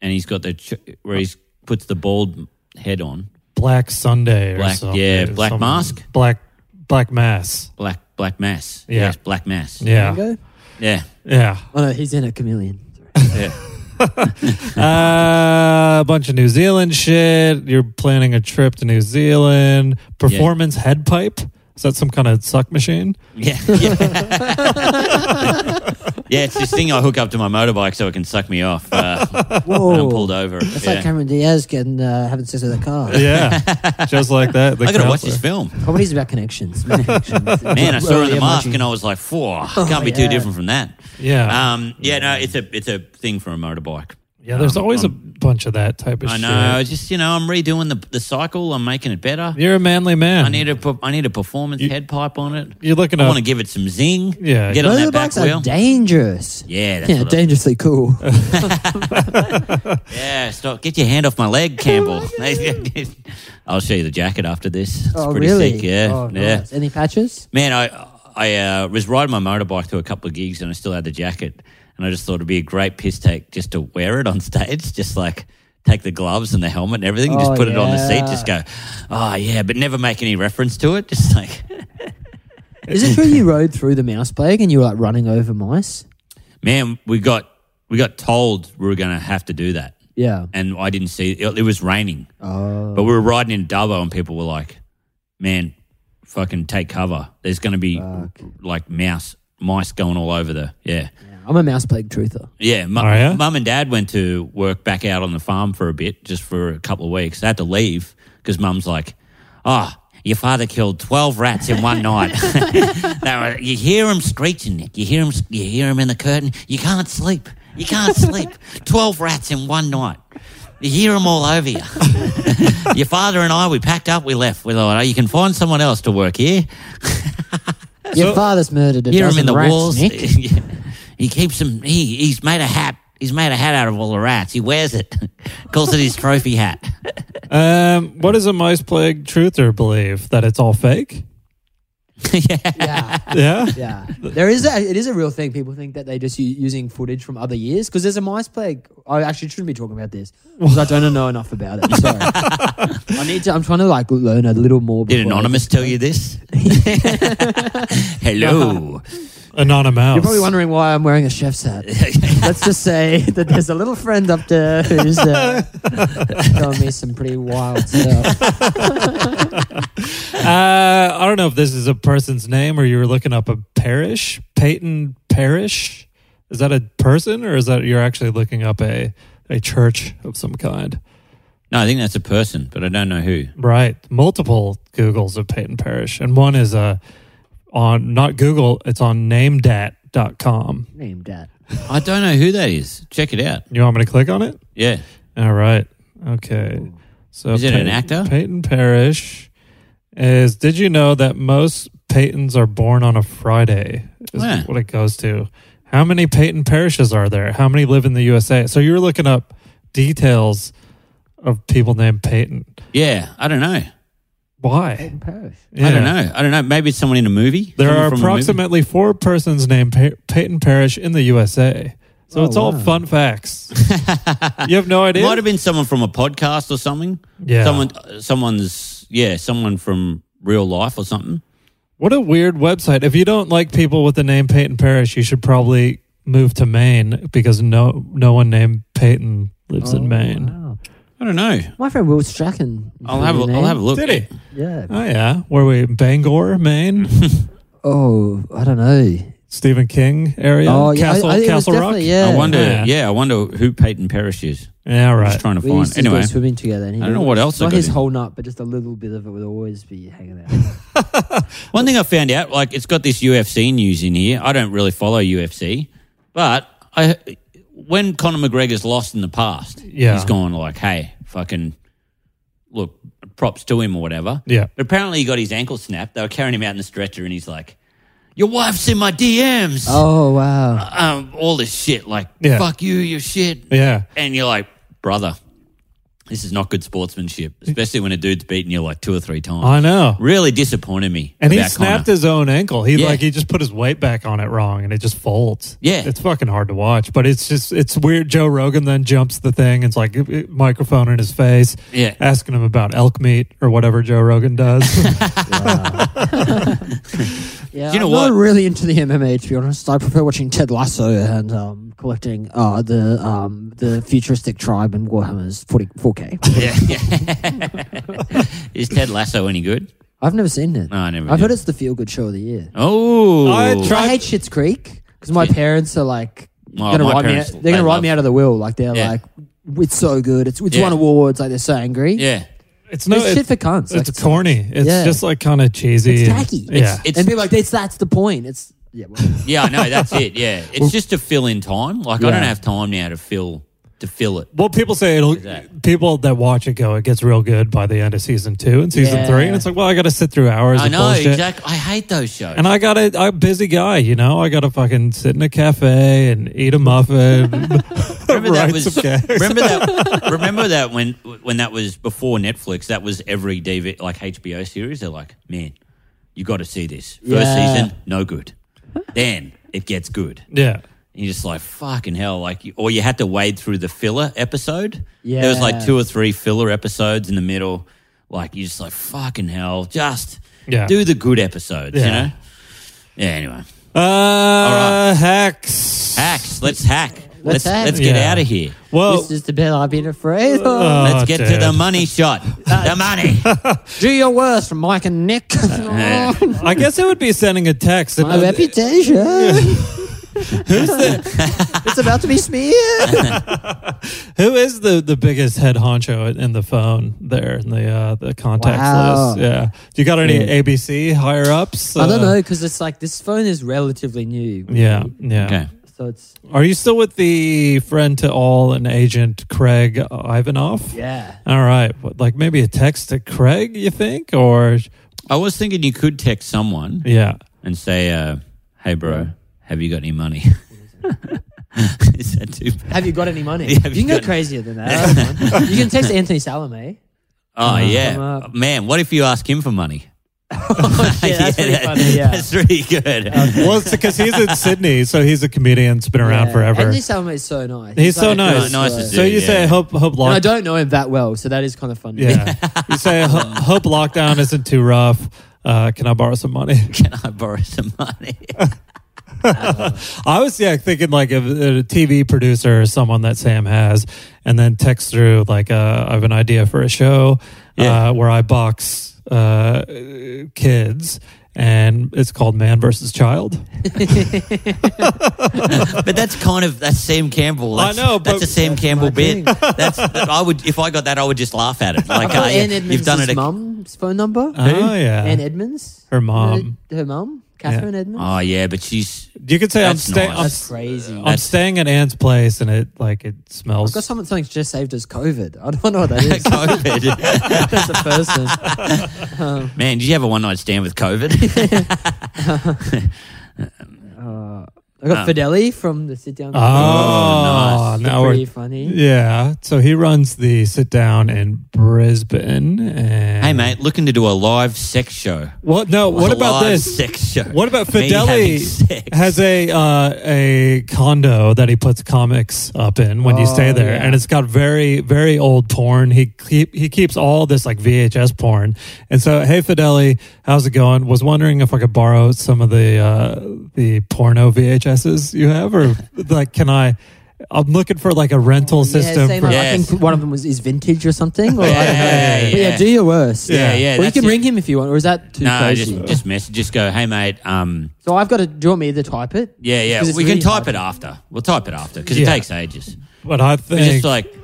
and he's got the ch- where he puts the bald head on
Black Sunday or
Black-
something.
yeah,
or
Black
some-
Mask?
Black Black Mass.
black black mass.
Yeah.
Yes, black mass.
Yeah,
Go.
yeah,
yeah.
Oh no, he's in a chameleon.
yeah.
Uh, a bunch of New Zealand shit. You're planning a trip to New Zealand. Performance head pipe. Is that some kind of suck machine?
Yeah. Yeah. yeah, it's this thing I hook up to my motorbike so it can suck me off uh, when I'm
Whoa.
pulled over.
That's
Yeah.
like Cameron Diaz getting uh, having sex with a car.
Yeah, just like that. The
I gotta watch this
counselor.
film.
Comedies about connections. Man,
Man, I saw her in
Early
the mask
emoji.
and I was like, "Four, can't be
Oh, yeah.
too different from that."
Ah. Yeah,
Um, yeah, no, it's a it's a thing for a motorbike.
yeah. There's
um,
always
um,
a bunch of that type of
I
shit.
know, just you know, I'm redoing the the cycle. I'm making it better.
You're a manly man.
I need a per- I need a performance head pipe on it.
You're looking
I
up.
want to give it some zing.
Oh. Yeah.
get on that back
Motorbikes
wheel.
are dangerous.
yeah, that's
Yeah,
what I-
dangerously cool.
yeah. Stop! Get your hand off my leg, Campbell. I'll show you the jacket after this. It's
oh,
pretty
really?
sick. Yeah,
Oh,
yeah.
nice. Any patches?
Man, I I uh, was riding my motorbike to a couple of gigs and I still had the jacket, and I just thought it'd be a great piss take just to wear it on stage, just like take the gloves and the helmet and everything, just
Oh,
put it on the seat,
yeah.
just go, oh yeah, but never make any reference to it, just like.
Is it true you rode through the mouse plague and you were like running over mice?
man, we got we got told we were going to have to do that,
Yeah.
and I didn't see it. It was raining,
Oh.
but we were riding in Dubbo, and people were like, "Man, fucking take cover! There's going to be like mouse mice going all over the yeah."
I'm a mouse plague truther.
Yeah, mu-
Oh, yeah?
mum and dad went to work back out on the farm for a bit, just for a couple of weeks. They had to leave because mum's like, "Oh, your father killed twelve rats in one night." They were- you hear them screeching, Nick. You hear them. You hear 'em in the curtain. You can't sleep. You can't sleep. twelve rats in one night. You hear them all over you. your father and I, we packed up, we left. We thought, "Oh, you can find someone else to work here."
Your father's murdered a
Hear him
dozen
in the
rats,
walls.
Nick.
Yeah. he keeps him. He, he's made a hat. He's made a hat out of all the rats. He wears it. Calls it his trophy hat.
Um, what does a mice plague truther believe? That it's all fake?
Yeah.
Yeah.
Yeah, there is a, it is a real thing. People think that they're just u- using footage from other years because there's a mice plague. I actually shouldn't be talking about this because I don't know enough about it. Sorry, I need to. I'm trying to like learn a little more.
Did
before I-
anonymous tell you this? Hello.
Anonymous.
You're probably wondering why I'm wearing a chef's hat. Let's just say that there's a little friend up there who's uh, showing me some pretty wild stuff.
Uh, I don't know if this is a person's name or you were looking up a parish. Peyton Parish. Is that a person or is that you're actually looking up a a church of some kind?
No, I think that's a person, but I don't know who.
Right. Multiple Googles of Peyton Parish, and one is uh, on not Google. It's on namedat.com.
Named that.
I don't know who that is. Check it out.
You want me to click on it?
Yeah.
All right. Okay. So
Is it an actor?
Peyton Parrish is. Did you know that most Peytons are born on a Friday? Is
Yeah.
what it goes to. How many Peyton Parishes are there? How many live in the USA? So you were looking up details of people named Peyton.
Yeah. I don't know.
Why?
Parish.
Yeah.
I don't know. I don't know. Maybe it's someone in a movie.
There
Someone
are
from a movie.
approximately four persons named pa- Peyton Parish in the USA. So
Oh,
it's all
wow.
fun facts. you have no idea.
Might have been someone from a podcast or something.
Yeah.
Someone. Someone's. Yeah. Someone from real life or something.
What a weird website. If you don't like people with the name Peyton Parrish, you should probably move to Maine because no no one named Peyton lives in Maine.
Oh, Wow.
I don't know.
My friend Will Strachan.
I'll have a, I'll have a look.
Did he?
Yeah.
Oh yeah. Were we Bangor, Maine?
Oh, I don't know.
Stephen King area?
Oh, yeah, I-
Castle
I- it was
Castle Rock?
definitely- yeah.
I wonder.
Yeah.
Yeah. I wonder who Peyton Parrish is.
Yeah,
I'm
right.
just trying to
We used
find.
to anyway,
Anyway,
go swimming together. And he
I don't know
would-
what else I
Not
got
his
in.
whole nut, but just a little bit of it would always be hanging out.
one thing I found out, like it's got this UFC news in here. I don't really follow UFC, but I when Conor McGregor's lost in the past,
Yeah.
he's gone like, hey, fucking look, props to him or whatever.
Yeah.
But apparently he got his ankle snapped. They were carrying him out in a stretcher, and he's like, "Your wife's in my DMs."
oh wow!
Um, all this shit, like,
Yeah.
fuck you, your shit.
Yeah.
And you're like, brother, This is not good sportsmanship, especially when a dude's beaten you like two or three times.
I know.
Really disappointed me.
And he
about
snapped
Connor.
his own ankle. He
Yeah.
like he just put his weight back on it wrong, and it just folds.
Yeah.
it's fucking hard to watch, but it's just it's weird. Joe Rogan then jumps the thing and it's like uh, uh, microphone in his face,
Yeah.
asking him about elk meat or whatever Joe Rogan does.
Yeah,
Do you know
I'm not
what?
really into the MMA to be honest. I prefer watching Ted Lasso and um, collecting uh, the um, the futuristic tribe in Warhammer's 40, 4K.
Is Ted Lasso any good?
I've never seen it.
No, I never
I've
did.
heard it's the feel good show of the year.
Oh,
I try-
I hate Shit's Creek because my parents are like
Well,
gonna
my
write me.
parents-
they're gonna
they
write
love-
me out of the will. Like they're
Yeah.
like, it's so good. It's it's
Yeah.
won awards. Like they're so angry.
yeah.
it's no
It's
it-
shit for cunts, like
It's
it's-
corny. It's
Yeah.
just like kind of cheesy.
It's
and-
tacky.
Yeah,
It's, and people are like, that's that's the point. It's yeah. Well,
Yeah, I know. That's it. Yeah, it's just to fill in time. Like I don't have time now to fill to fill it.
Well, people say it'll.
Exactly.
People that watch it go, it gets real good by the end of season two and season
Yeah.
three, and it's like, well, I got to sit through hours.
I
of
know.
bullshit.
Exactly. I hate those shows.
And I got to I'm a busy guy, you know. I got to fucking sit in a cafe and eat a muffin.
remember that
write
was
some gags.
remember that remember that when when that was before Netflix. That was every DV like HBO series. They're like, man, you got to see this. First
Yeah.
season, no good. then it gets good.
yeah.
And you're just like, fucking hell. Like, you, or you had to wade through the filler episode. There was like
Yeah.
two or three filler episodes in the middle. Like, you're just like, fucking hell. Just
Yeah.
do the good episodes, you
Yeah.
know? Yeah, anyway.
Uh,
right.
hacks.
Hacks. Let's hack. Let's, let's,
hack.
get
Yeah.
out of here.
Well,
this is the bit I've been afraid of.
Oh,
Let's get to the
dude.
money shot. the money.
Do your worst from Mike and Nick.
Uh,
Yeah.
I guess it would be sending a text. and,
My
uh,
reputation. it's about to be smeared.
Who is the, the biggest head honcho in the phone there in the uh, the contacts
Wow.
list? Yeah. Do you got any ABC higher ups?
I don't know because it's like this phone is relatively new.
Uh, Yeah. Yeah.
Okay.
So it's
Are you still with the friend to all and agent Craig Ivanov?
yeah.
All right. What, like maybe a text to Craig, you think? Or,
I was thinking you could text someone
yeah.
and say, uh, hey, bro, have you got any money? Is that too bad?
Have you got any money?
Yeah, have
you
you
can go
got-
crazier than that. That's fine. you can text Anthony Salome.
Oh,
come
yeah.
up.
Man, what if you ask him for money?
yeah, that's pretty
that-
funny. Yeah.
That's really good.
Well, it's because he's in Sydney, so he's a comedian. It's been around
Yeah.
forever.
Anthony
He's,
Salome is so nice.
so
like-
nice.
nice to
so
see,
you say
yeah.
hope hope
And I
lockdown.
don't know him that well, so that is kind of funny.
Yeah, you say "Ho- hope lockdown isn't too rough. Uh, can I borrow some money?
Can I borrow some money?
I was yeah thinking like of a TV producer or someone that Sam has, and then text through like uh, I have an idea for a show
Yeah.
uh, where I box uh, kids, and it's called Man versus Child.
but that's kind of that's Sam Campbell.
I
That's,
know, but-
that's a Sam Campbell bit. That's that I would if I got that, I would just laugh at it. Like
I've got
uh,
Ann
yeah,
Edmonds'
you've done it. ag-
mum's phone number.
Oh yeah,
Ann Edmonds.
her mom.
Her mum, Catherine Edmonds.
Oh yeah, but she's
You could say I'm
That's
staying.
nice.
I'm
That's crazy.
I'm staying at Anne's place, and it like it smells.
I've got someone something's just saved as COVID. I don't know what that is.
COVID.
That's a person.
Man, did you have a one night stand with COVID?
Uh, I got
Uh.
Fideli from the sit down.
oh,
nice.
They're
now
pretty
we're
funny.
yeah. So he runs the sit down in Brisbane. And
hey mate, looking to do a live sex show.
what? No, what
A
about
live
this?
sex show?
What about
Me having
Fideli
sex.
has a uh, a condo that he puts comics up in when you
Oh,
stay there,
yeah.
and it's got very very old porn. He keep, he keeps all this like VHS porn, and so hey Fideli, how's it going? Was wondering if I could borrow some of the uh, the porno VHSs you have, or like can I? I'm looking for like a rental system.
Oh, same,
for,
like, I
Yes.
think one of them was is vintage or something. Or I don't know.
Yeah, yeah,
But yeah,
yeah.
do your worst.
Yeah, yeah,
Or you
that's
can
it.
ring him if you want, or is that too
No,
crazy?
just just message. Just go. Hey mate. Um.
so I've got to. Do you want me to type it?
Yeah, yeah.
'Cause
We
it's
can
really
type
hard.
it after. We'll type it after because
Yeah.
it takes ages.
but I
It's
think
just like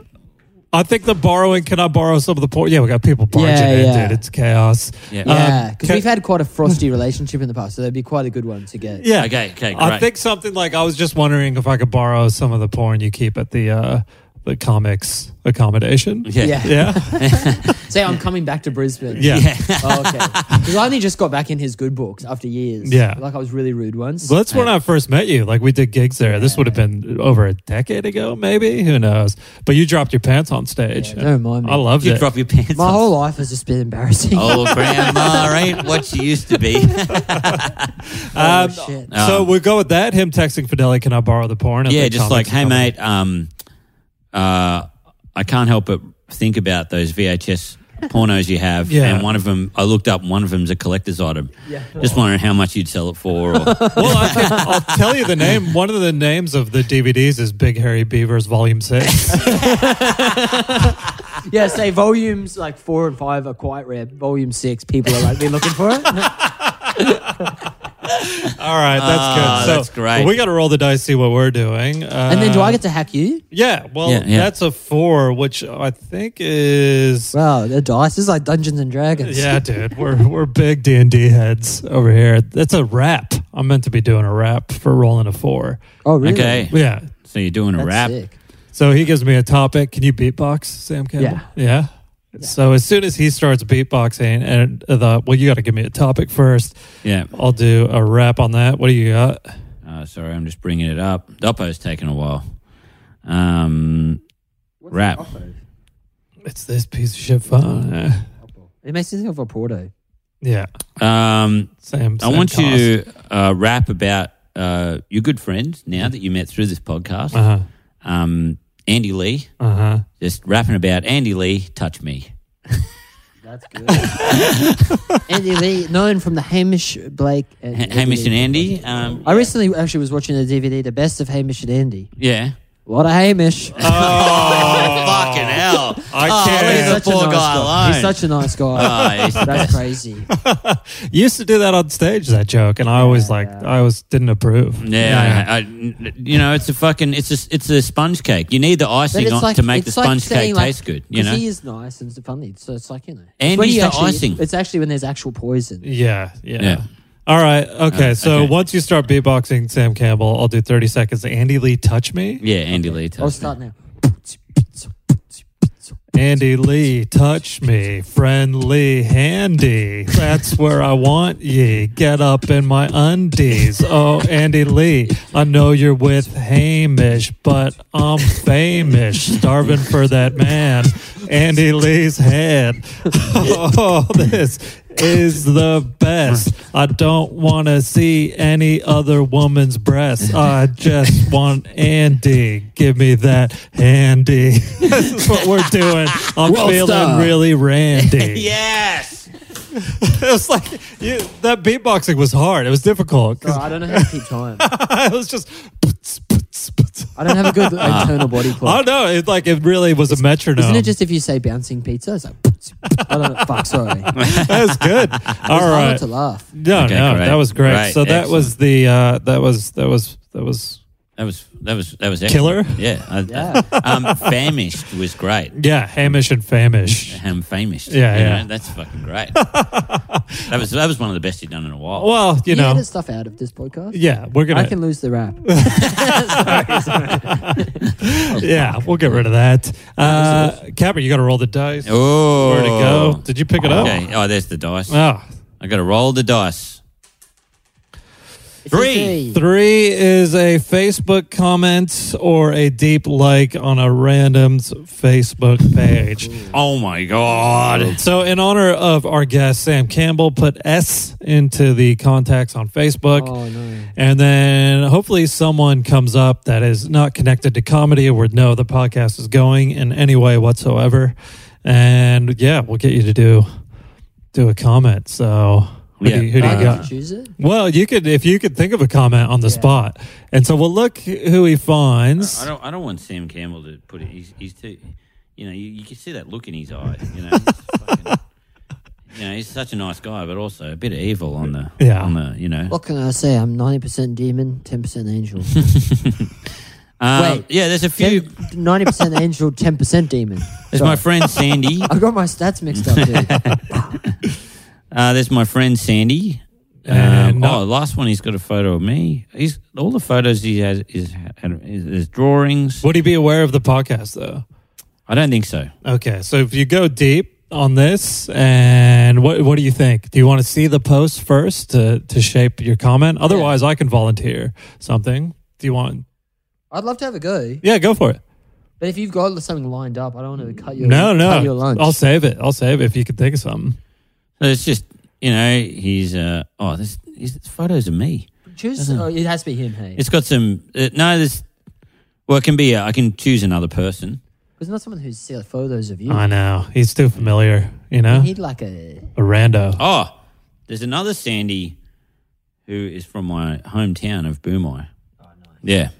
I think the borrowing. Can I borrow some of the porn? Yeah, we got people barging
Yeah,
in,
yeah.
dude. It's chaos.
Yeah.
Um,
Yeah, because
can-
we've had quite a frosty relationship in the past, so that'd be quite a good one to get.
Yeah.
Okay, okay,
I
great.
think something like I was just wondering if I could borrow some of the porn you keep at the uh the comics accommodation.
Yeah.
Yeah.
Yeah.
Say, I'm coming back to Brisbane.
Yeah.
Oh, okay. Because I only just got back in his good books after years.
Yeah.
Like I was really rude once.
Well, that's when I first met you. Like we did gigs there. This would have been over a decade ago, maybe. Who knows? But you dropped your pants on stage.
Yeah, don't mind me.
I loved
You
it.
drop your pants.
My
on-
whole life has just been embarrassing.
Oh, grandma ain't what she used to be.
Oh,
Um,
shit.
so we'll go with that. Him texting Fidelli, can I borrow the porn? And
yeah,
the
just like,
comics
hey
coming-
mate, um, uh, I can't help but think about those VHS pornos you have,
Yeah.
and one of them I looked up, and one of them's a collector's item.
Yeah.
Just wondering how much you'd sell it for. Or,
Well, I can, I'll tell you the name. One of the names of the DVDs is Big Hairy Beavers Volume 6.
Yeah, say volumes like four and five are quite rare. Volume six, people are like, they're looking for it.
All right, that's
Ah,
good. So
that's great.
We got to roll the dice, see what we're doing. Uh,
And then do I get to hack you?
Yeah, well,
Yeah, yeah.
that's a four, which I think is.
Wow, the dice is like Dungeons and Dragons.
Yeah, dude, we're we're big D and D heads over here. That's a rap. I'm meant to be doing a rap for rolling a four.
Oh, really?
okay,
Yeah.
so you're doing a
That's
rap.
sick.
So he gives me a topic. Can you beatbox, Sam Campbell? Yeah. Yeah. So as soon as he starts beatboxing, and the well, you got to give me a topic first.
Yeah.
I'll do a rap on that. What do you got?
Uh, sorry, I'm just bringing it up. Doppo's taking a while. Um, rap.
It's this piece of shit phone. Uh,
It makes me think of a Porto.
Yeah.
Um,
Sam.
I
Sam
want
Cost.
you to uh, rap about uh, your good friend now that you met through this podcast,
Uh-huh.
um, Andy Lee.
Uh-huh.
just rapping about Andy Lee, touch me.
That's good.
Andy Lee, known from the Hamish Blake and
H- Hamish and Andy. Um,
I recently actually was watching a DVD, The Best of Hamish and Andy.
yeah.
What a Hamish!
Oh, fucking
I
hell. leave
can't.
Oh, the poor guy alone.
He's such a nice guy.
Oh, he's the
That's
best.
crazy.
You used to do that on stage, that joke, and I always like, I always didn't approve.
Yeah, I, I, you know, it's a fucking, it's a, it's a sponge cake. You need the
But
icing
it's
on,
like
to make the
it's like
sponge
saying,
cake
like-
taste good. You
'cause
know,
he is nice and funny, so it's like you know.
And
it's when
he's
you
the
actually-
icing.
It's actually when there's actual poison.
Yeah, yeah.
Yeah. Uh,
All right. Okay. so
okay.
once you start beatboxing, Sam Campbell, I'll do 30 seconds. Andy Lee, touch me.
yeah, Andy Lee.
I'll
Touch me.
start now.
Andy Lee, touch me. Friendly, handy. That's where I want ye. Get up in my undies. Oh, Andy Lee, I know you're with Hamish, but I'm famish. Starving for that man. Andy Lee's head. Oh, this is the best. I don't want to see any other woman's breasts. I just want Andy. Give me that handy. this is what we're doing. I'm
Well
feeling
done.
really randy.
Yes.
It was like you, that beatboxing was hard. It was difficult. 'cause
Sorry, I don't know how to keep time.
it was just. puts, puts, puts.
I don't have a good
Ah.
internal body
I
clock.
don't know. It like it really was a metronome.
Isn't it just if you say bouncing pizza? It's like I don't know. Fuck, sorry. All right.
that was good. All right.
to laugh.
No,
Okay,
no,
great.
that was great.
Great,
So that was the uh, that was that was that was
That was that was that was
Killer?
excellent. Yeah. I,
Yeah.
um, famished was great.
yeah, Hamish and Famish.
Ham famished.
Yeah,
you
yeah.
Know, that's fucking great. that was that was one of the best you've done in a while.
Well,
You
you know,
edit stuff out of this podcast.
yeah, we're
I
gonna
can lose the rap.
yeah, we'll get rid of that. Uh, Capper, you got to roll the dice.
oh,
Where to go? Did you pick it up?
Okay. Oh, there's the dice.
Oh,
I got to roll the dice. Three.
three is a Facebook comment or a deep like on a random's Facebook page.
Oh my god.
So, in honor of our guest Sam Campbell, put S into the contacts on Facebook.
Oh no.
And then hopefully someone comes up that is not connected to comedy or would know the podcast is going in any way whatsoever. And yeah, we'll get you to do do a comment. So who
Yeah. Uh,
do you, who do you
I get
got?
to choose it.
Well, you could if you could think of a comment on the spot. And so we'll look who he finds.
I don't. I don't want Sam Campbell to put it. He's, he's too. You know, you, you can see that look in his eye. You know, It's fucking- you know, he's such a nice guy, but also a bit of evil on the.
Yeah.
On the. You know.
What can I say? I'm 90% demon, 10% angel.
Um,
wait.
Yeah, there's a few.
Ten- 90% angel, 10% demon.
There's my friend Sandy.
I got my stats mixed up, dude.
Uh, there's my friend Sandy.
And
Um,
not-
oh, last one, he's got a photo of me. He's all the photos he has is, is, is drawings.
would he be aware of the podcast though?
I don't think so.
Okay, so if you go deep on this, and what what do you think? Do you want to see the post first to to shape your comment? Otherwise, I can volunteer something. Do you want?
I'd love to have a go,
Yeah, go for it.
but if you've got something lined up, I don't want to cut your
no,
cut your
no,
lunch.
I'll save it. I'll save it if you could think of something.
So it's just you know he's uh, oh this is photos of me.
Choose.
Uh-huh.
Oh, it has to be him. Hey,
It's got some uh, no this. Well, it can be. Uh, I can choose another person.
because not someone who's seen photos of you.
I know he's too familiar. You know,
He'd like a.
a rando.
Oh, there's another Sandy, who is from my hometown of Boomai.
Oh,
Yeah,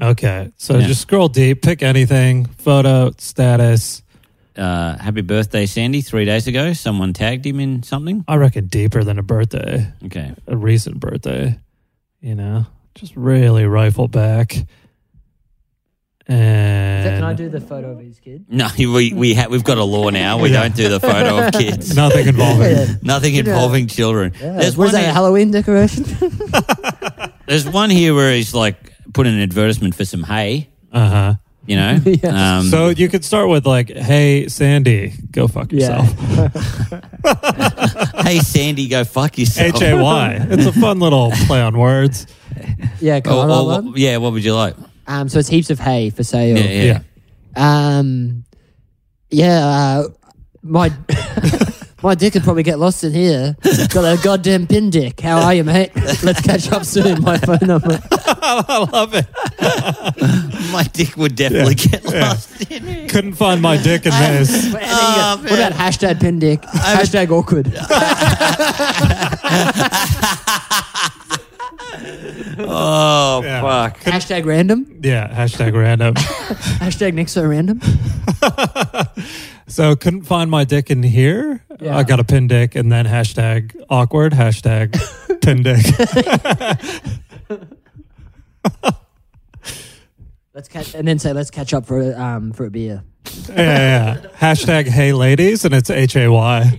Okay, so
Yeah.
just scroll deep, pick anything, photo, status.
uh, happy birthday, Sandy. Three days ago, someone tagged him in something.
I reckon deeper than a birthday,
Okay,
a recent birthday. You know, just really rifle back. And
Can I do the photo of his kid?
no, we we ha- we've got a law now. We
Yeah.
don't do the photo of kids.
nothing involving?
Nothing involving children. There's
what
one.
is that? A
here-
Halloween decoration?
there's one here where he's like put in an advertisement for some hay.
uh huh.
You know.
Yeah.
um,
So you could start with like, "Hey Sandy, go fuck
Yeah.
yourself."
hey, Sandy, go fuck yourself.
H A Y. It's a fun little play on words.
yeah, can I
Or-
write
or-
one?
yeah, Oh, what would you like?
Um, so it's heaps of hay for sale.
Yeah, yeah.
Yeah.
Um, yeah, uh, my my dick could probably get lost in here. Got a goddamn pin dick. How are you, mate? Let's catch up soon. My phone number.
I love it.
My dick would definitely get lost in it.
Couldn't find my dick in this.
And then you go, what about hashtag pin dick? Hashtag awkward.
Oh,
Yeah.
fuck.
hashtag random.
Yeah. Hashtag random.
Hashtag next so random.
So couldn't find my dick in here.
Yeah.
I got a pin dick, and then hashtag awkward hashtag pin dick.
Let's catch and then say let's catch up for um for a beer.
yeah, yeah, yeah. Hashtag hey ladies, and it's H A Y.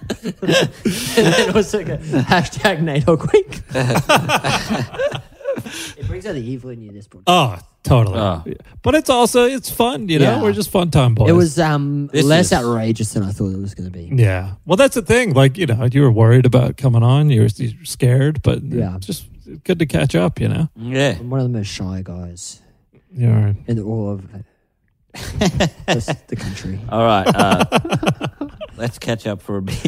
and then also go, hashtag NATO quick. it brings out the evil in you. This book.
Oh, totally.
Oh.
But it's also it's fun, you know.
Yeah.
We're just fun time boys.
It was um
This
less
is-
outrageous than I thought it was going to be.
Yeah. Well, that's the thing. Like you know, you were worried about coming on. You were you were scared, but
Yeah.
yeah, just good to catch up. You know.
Yeah.
I'm one of the most shy guys
Yeah.
in all of this- the country.
All right. Uh, let's catch up for a bit.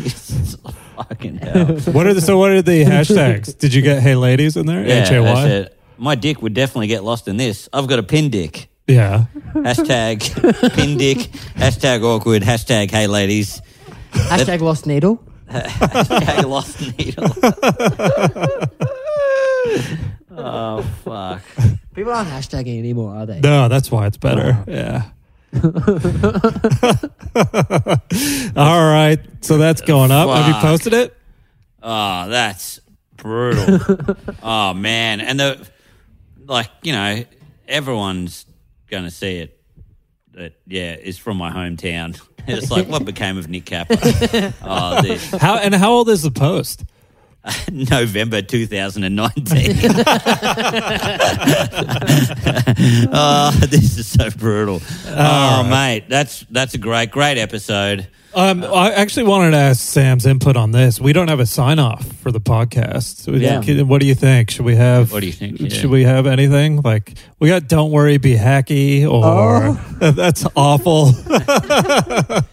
Fucking hell.
What are the so? What are the hashtags? Did you get hey ladies in there?
Yeah,
H A
that's
Y.
it. My dick would definitely get lost in this. I've got a pin dick.
Yeah.
Hashtag pin dick. Hashtag awkward. Hashtag hey ladies.
Hashtag lost needle.
Hashtag lost needle. oh, fuck.
People aren't hashtagging anymore, are they?
No, that's why it's
Uh-huh.
better. Yeah. All right. So that's going up. Have you
Fuck.
posted it?
Oh, that's brutal. oh man, and the like, you know, everyone's gonna see it. That yeah, it's from my hometown. It's like what became of Nick Kappa? oh, this
How and how old is the post?
November 2019. oh, this is so brutal. Oh, mate, that's that's a great, great episode.
Um, I actually wanted to ask Sam's input on this. We don't have a sign off for the podcast. So
Yeah.
can- What do you think? Should we have?
What do you think? Yeah.
Should we have anything like we got? Don't worry, be hacky. Or
Oh.
that's awful.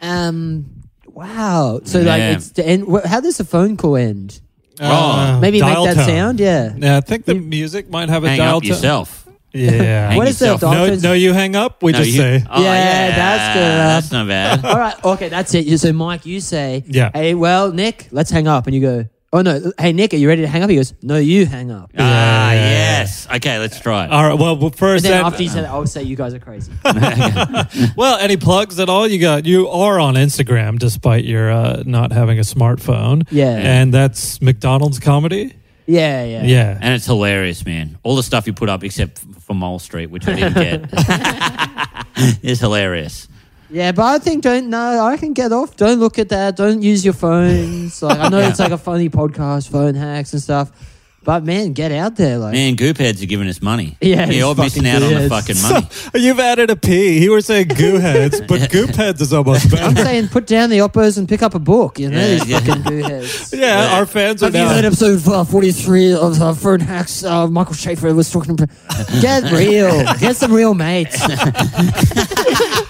Um. Wow. So like,
Yeah.
it's the end. wh- How does a phone call end?
Uh,
Maybe make
dial
that
tone.
sound. Yeah.
Yeah, I think the music might have a
Hang
dial
up
tone.
yourself.
Yeah.
Hang
What is the
yourself.
dial
no,
tone?
no, you hang up. We
No,
just
you-
say.
Oh,
Yeah, that's good.
That's not bad.
All right. Okay, that's it. So, Mike, you say,
Yeah.
Hey, well, Nick, let's hang up. And you go, Oh, no. Hey, Nick, are you ready to hang up? He goes, No, you hang up. And
Ah,
Yeah.
yes. Okay, let's try it.
All right. Well, well, first,
then
and-
after you say that, I'll say, You guys are crazy.
well, any plugs at all? You got you are on Instagram despite your uh, not having a smartphone.
Yeah.
and that's McDonald's comedy.
yeah, yeah.
Yeah,
And it's hilarious, man. All the stuff you put up, except f- for Mole Street, which I didn't get, is hilarious.
Yeah, but I think don't no, I can get off. Don't look at that. Don't use your phones. Like I know it's like a funny podcast, phone hacks and stuff. But man, get out there, like
Man, goop heads are giving us money.
Yeah, it's
you're missing
fucking
out on the
good.
fucking money.
You've added a P. You were saying goo heads, but goop heads is almost
I'm
better.
saying, put down the oppos and pick up a book. You know
Yeah,
these
yeah.
fucking boo heads.
Yeah, our fans are
Have you heard
now.
episode uh, 43 of uh, Fern Hacks? Uh, Michael Schaefer was talking about. Get real. Get some real mates.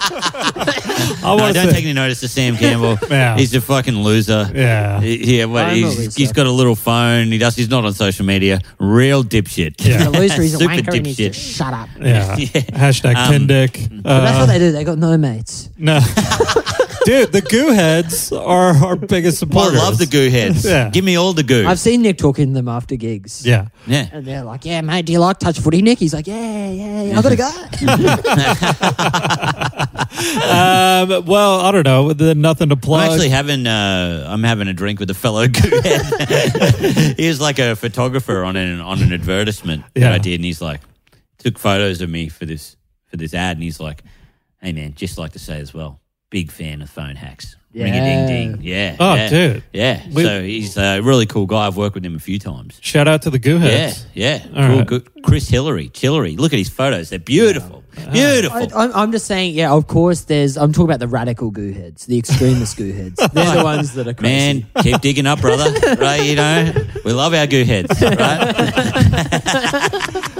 I
No,
want
don't
to
take
say,
any notice of Sam Campbell.
Yeah.
He's a fucking loser.
yeah,
Yeah, well,
I'm a
he's,
loser.
he's got a little phone. He does. He's not on social media. Real dipshit.
Yeah.
The loser is a
Super
wanker. He needs to
dipshit.
shut up.
yeah.
Yeah.
Hashtag
Um,
Kindick.
But that's
Uh,
what they do. They got no mates.
no, dude, the goo heads are our biggest
Well, I
supporters.
love the goo heads.
Yeah.
Give me all the goo.
I've seen Nick talking to them after gigs.
Yeah,
yeah.
And they're like, yeah, mate, do you like touch footy, Nick? He's like, yeah, yeah, yeah. I got a guy.
um, well, I don't know. There's nothing to
I'm
plug.
actually having uh, I'm having a drink with a fellow goo head. he was like a photographer on an on an advertisement that
Yeah.
I did, and he's like took photos of me for this for this ad, and he's like, "Hey man, just like to say as well, big fan of phone hacks. Ring a ding ding, yeah.
Oh,
yeah,
dude.
yeah.
We-
so he's a really cool guy. I've worked with him a few times.
Shout out to the goo heads.
Yeah, yeah.
All
Cool,
right.
good. Chris Hillary, Chillery. Look at his photos; they're beautiful, beautiful.
I, I'm, I'm just saying, yeah, of course, there's. I'm talking about the radical goo heads, the extremist goo heads. They're the ones that are crazy.
Man, keep digging up, brother. Right, you know, we love our goo heads, right?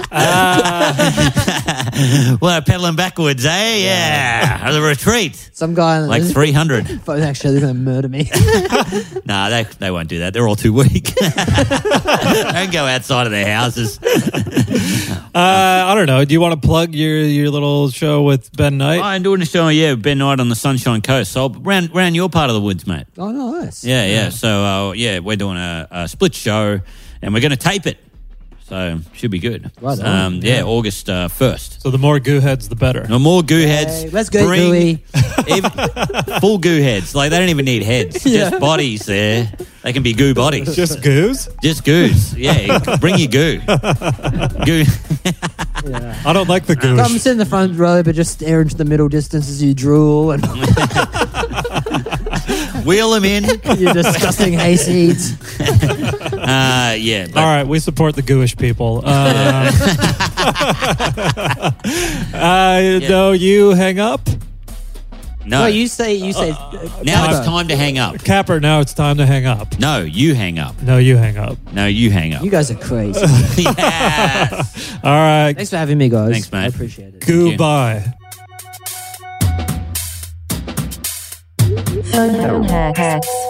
We're pedaling backwards, eh? Yeah, the retreat,
Some guy on
like
the
three hundred.
phone, actually, they're going to murder me.
Nah, they they won't do that. They're all too weak. Don't go outside of their houses.
Uh, I don't know. Do you want to plug your your little show with Ben Knight?
I'm doing a show, yeah, with Ben Knight on the Sunshine Coast. So I'll round round your part of the woods, mate.
oh, nice.
Yeah, yeah. So uh, yeah, we're doing a, a split show, and we're going to tape it. So should be good.
Right on,
um, yeah, August uh, first.
so the more goo heads, the better.
No more goo heads.
Hey, let's go,
Bring
Gooey.
even, full goo heads. Like they don't even need heads. Just bodies there. They can be goo bodies.
Just
Just,
goos.
goos. Yeah. bring your goo. Goo.
I don't like the goos.
Come sit in the front row, but just stare into the middle distance as you drool and
Wheel them in.
your disgusting hayseeds.
Uh, yeah. But
All right, we support the gooish people. Uh, I know uh, you hang up.
No.
No, you say you say. uh,
now
Capper.
it's time to hang up.
Capper, now it's time to hang up.
No, you hang up.
No, you hang up.
No, you hang up.
You guys are crazy.
yes.
All right,
Thanks for having me, guys.
Thanks, mate.
I appreciate it.
goodbye.
Phone hacks.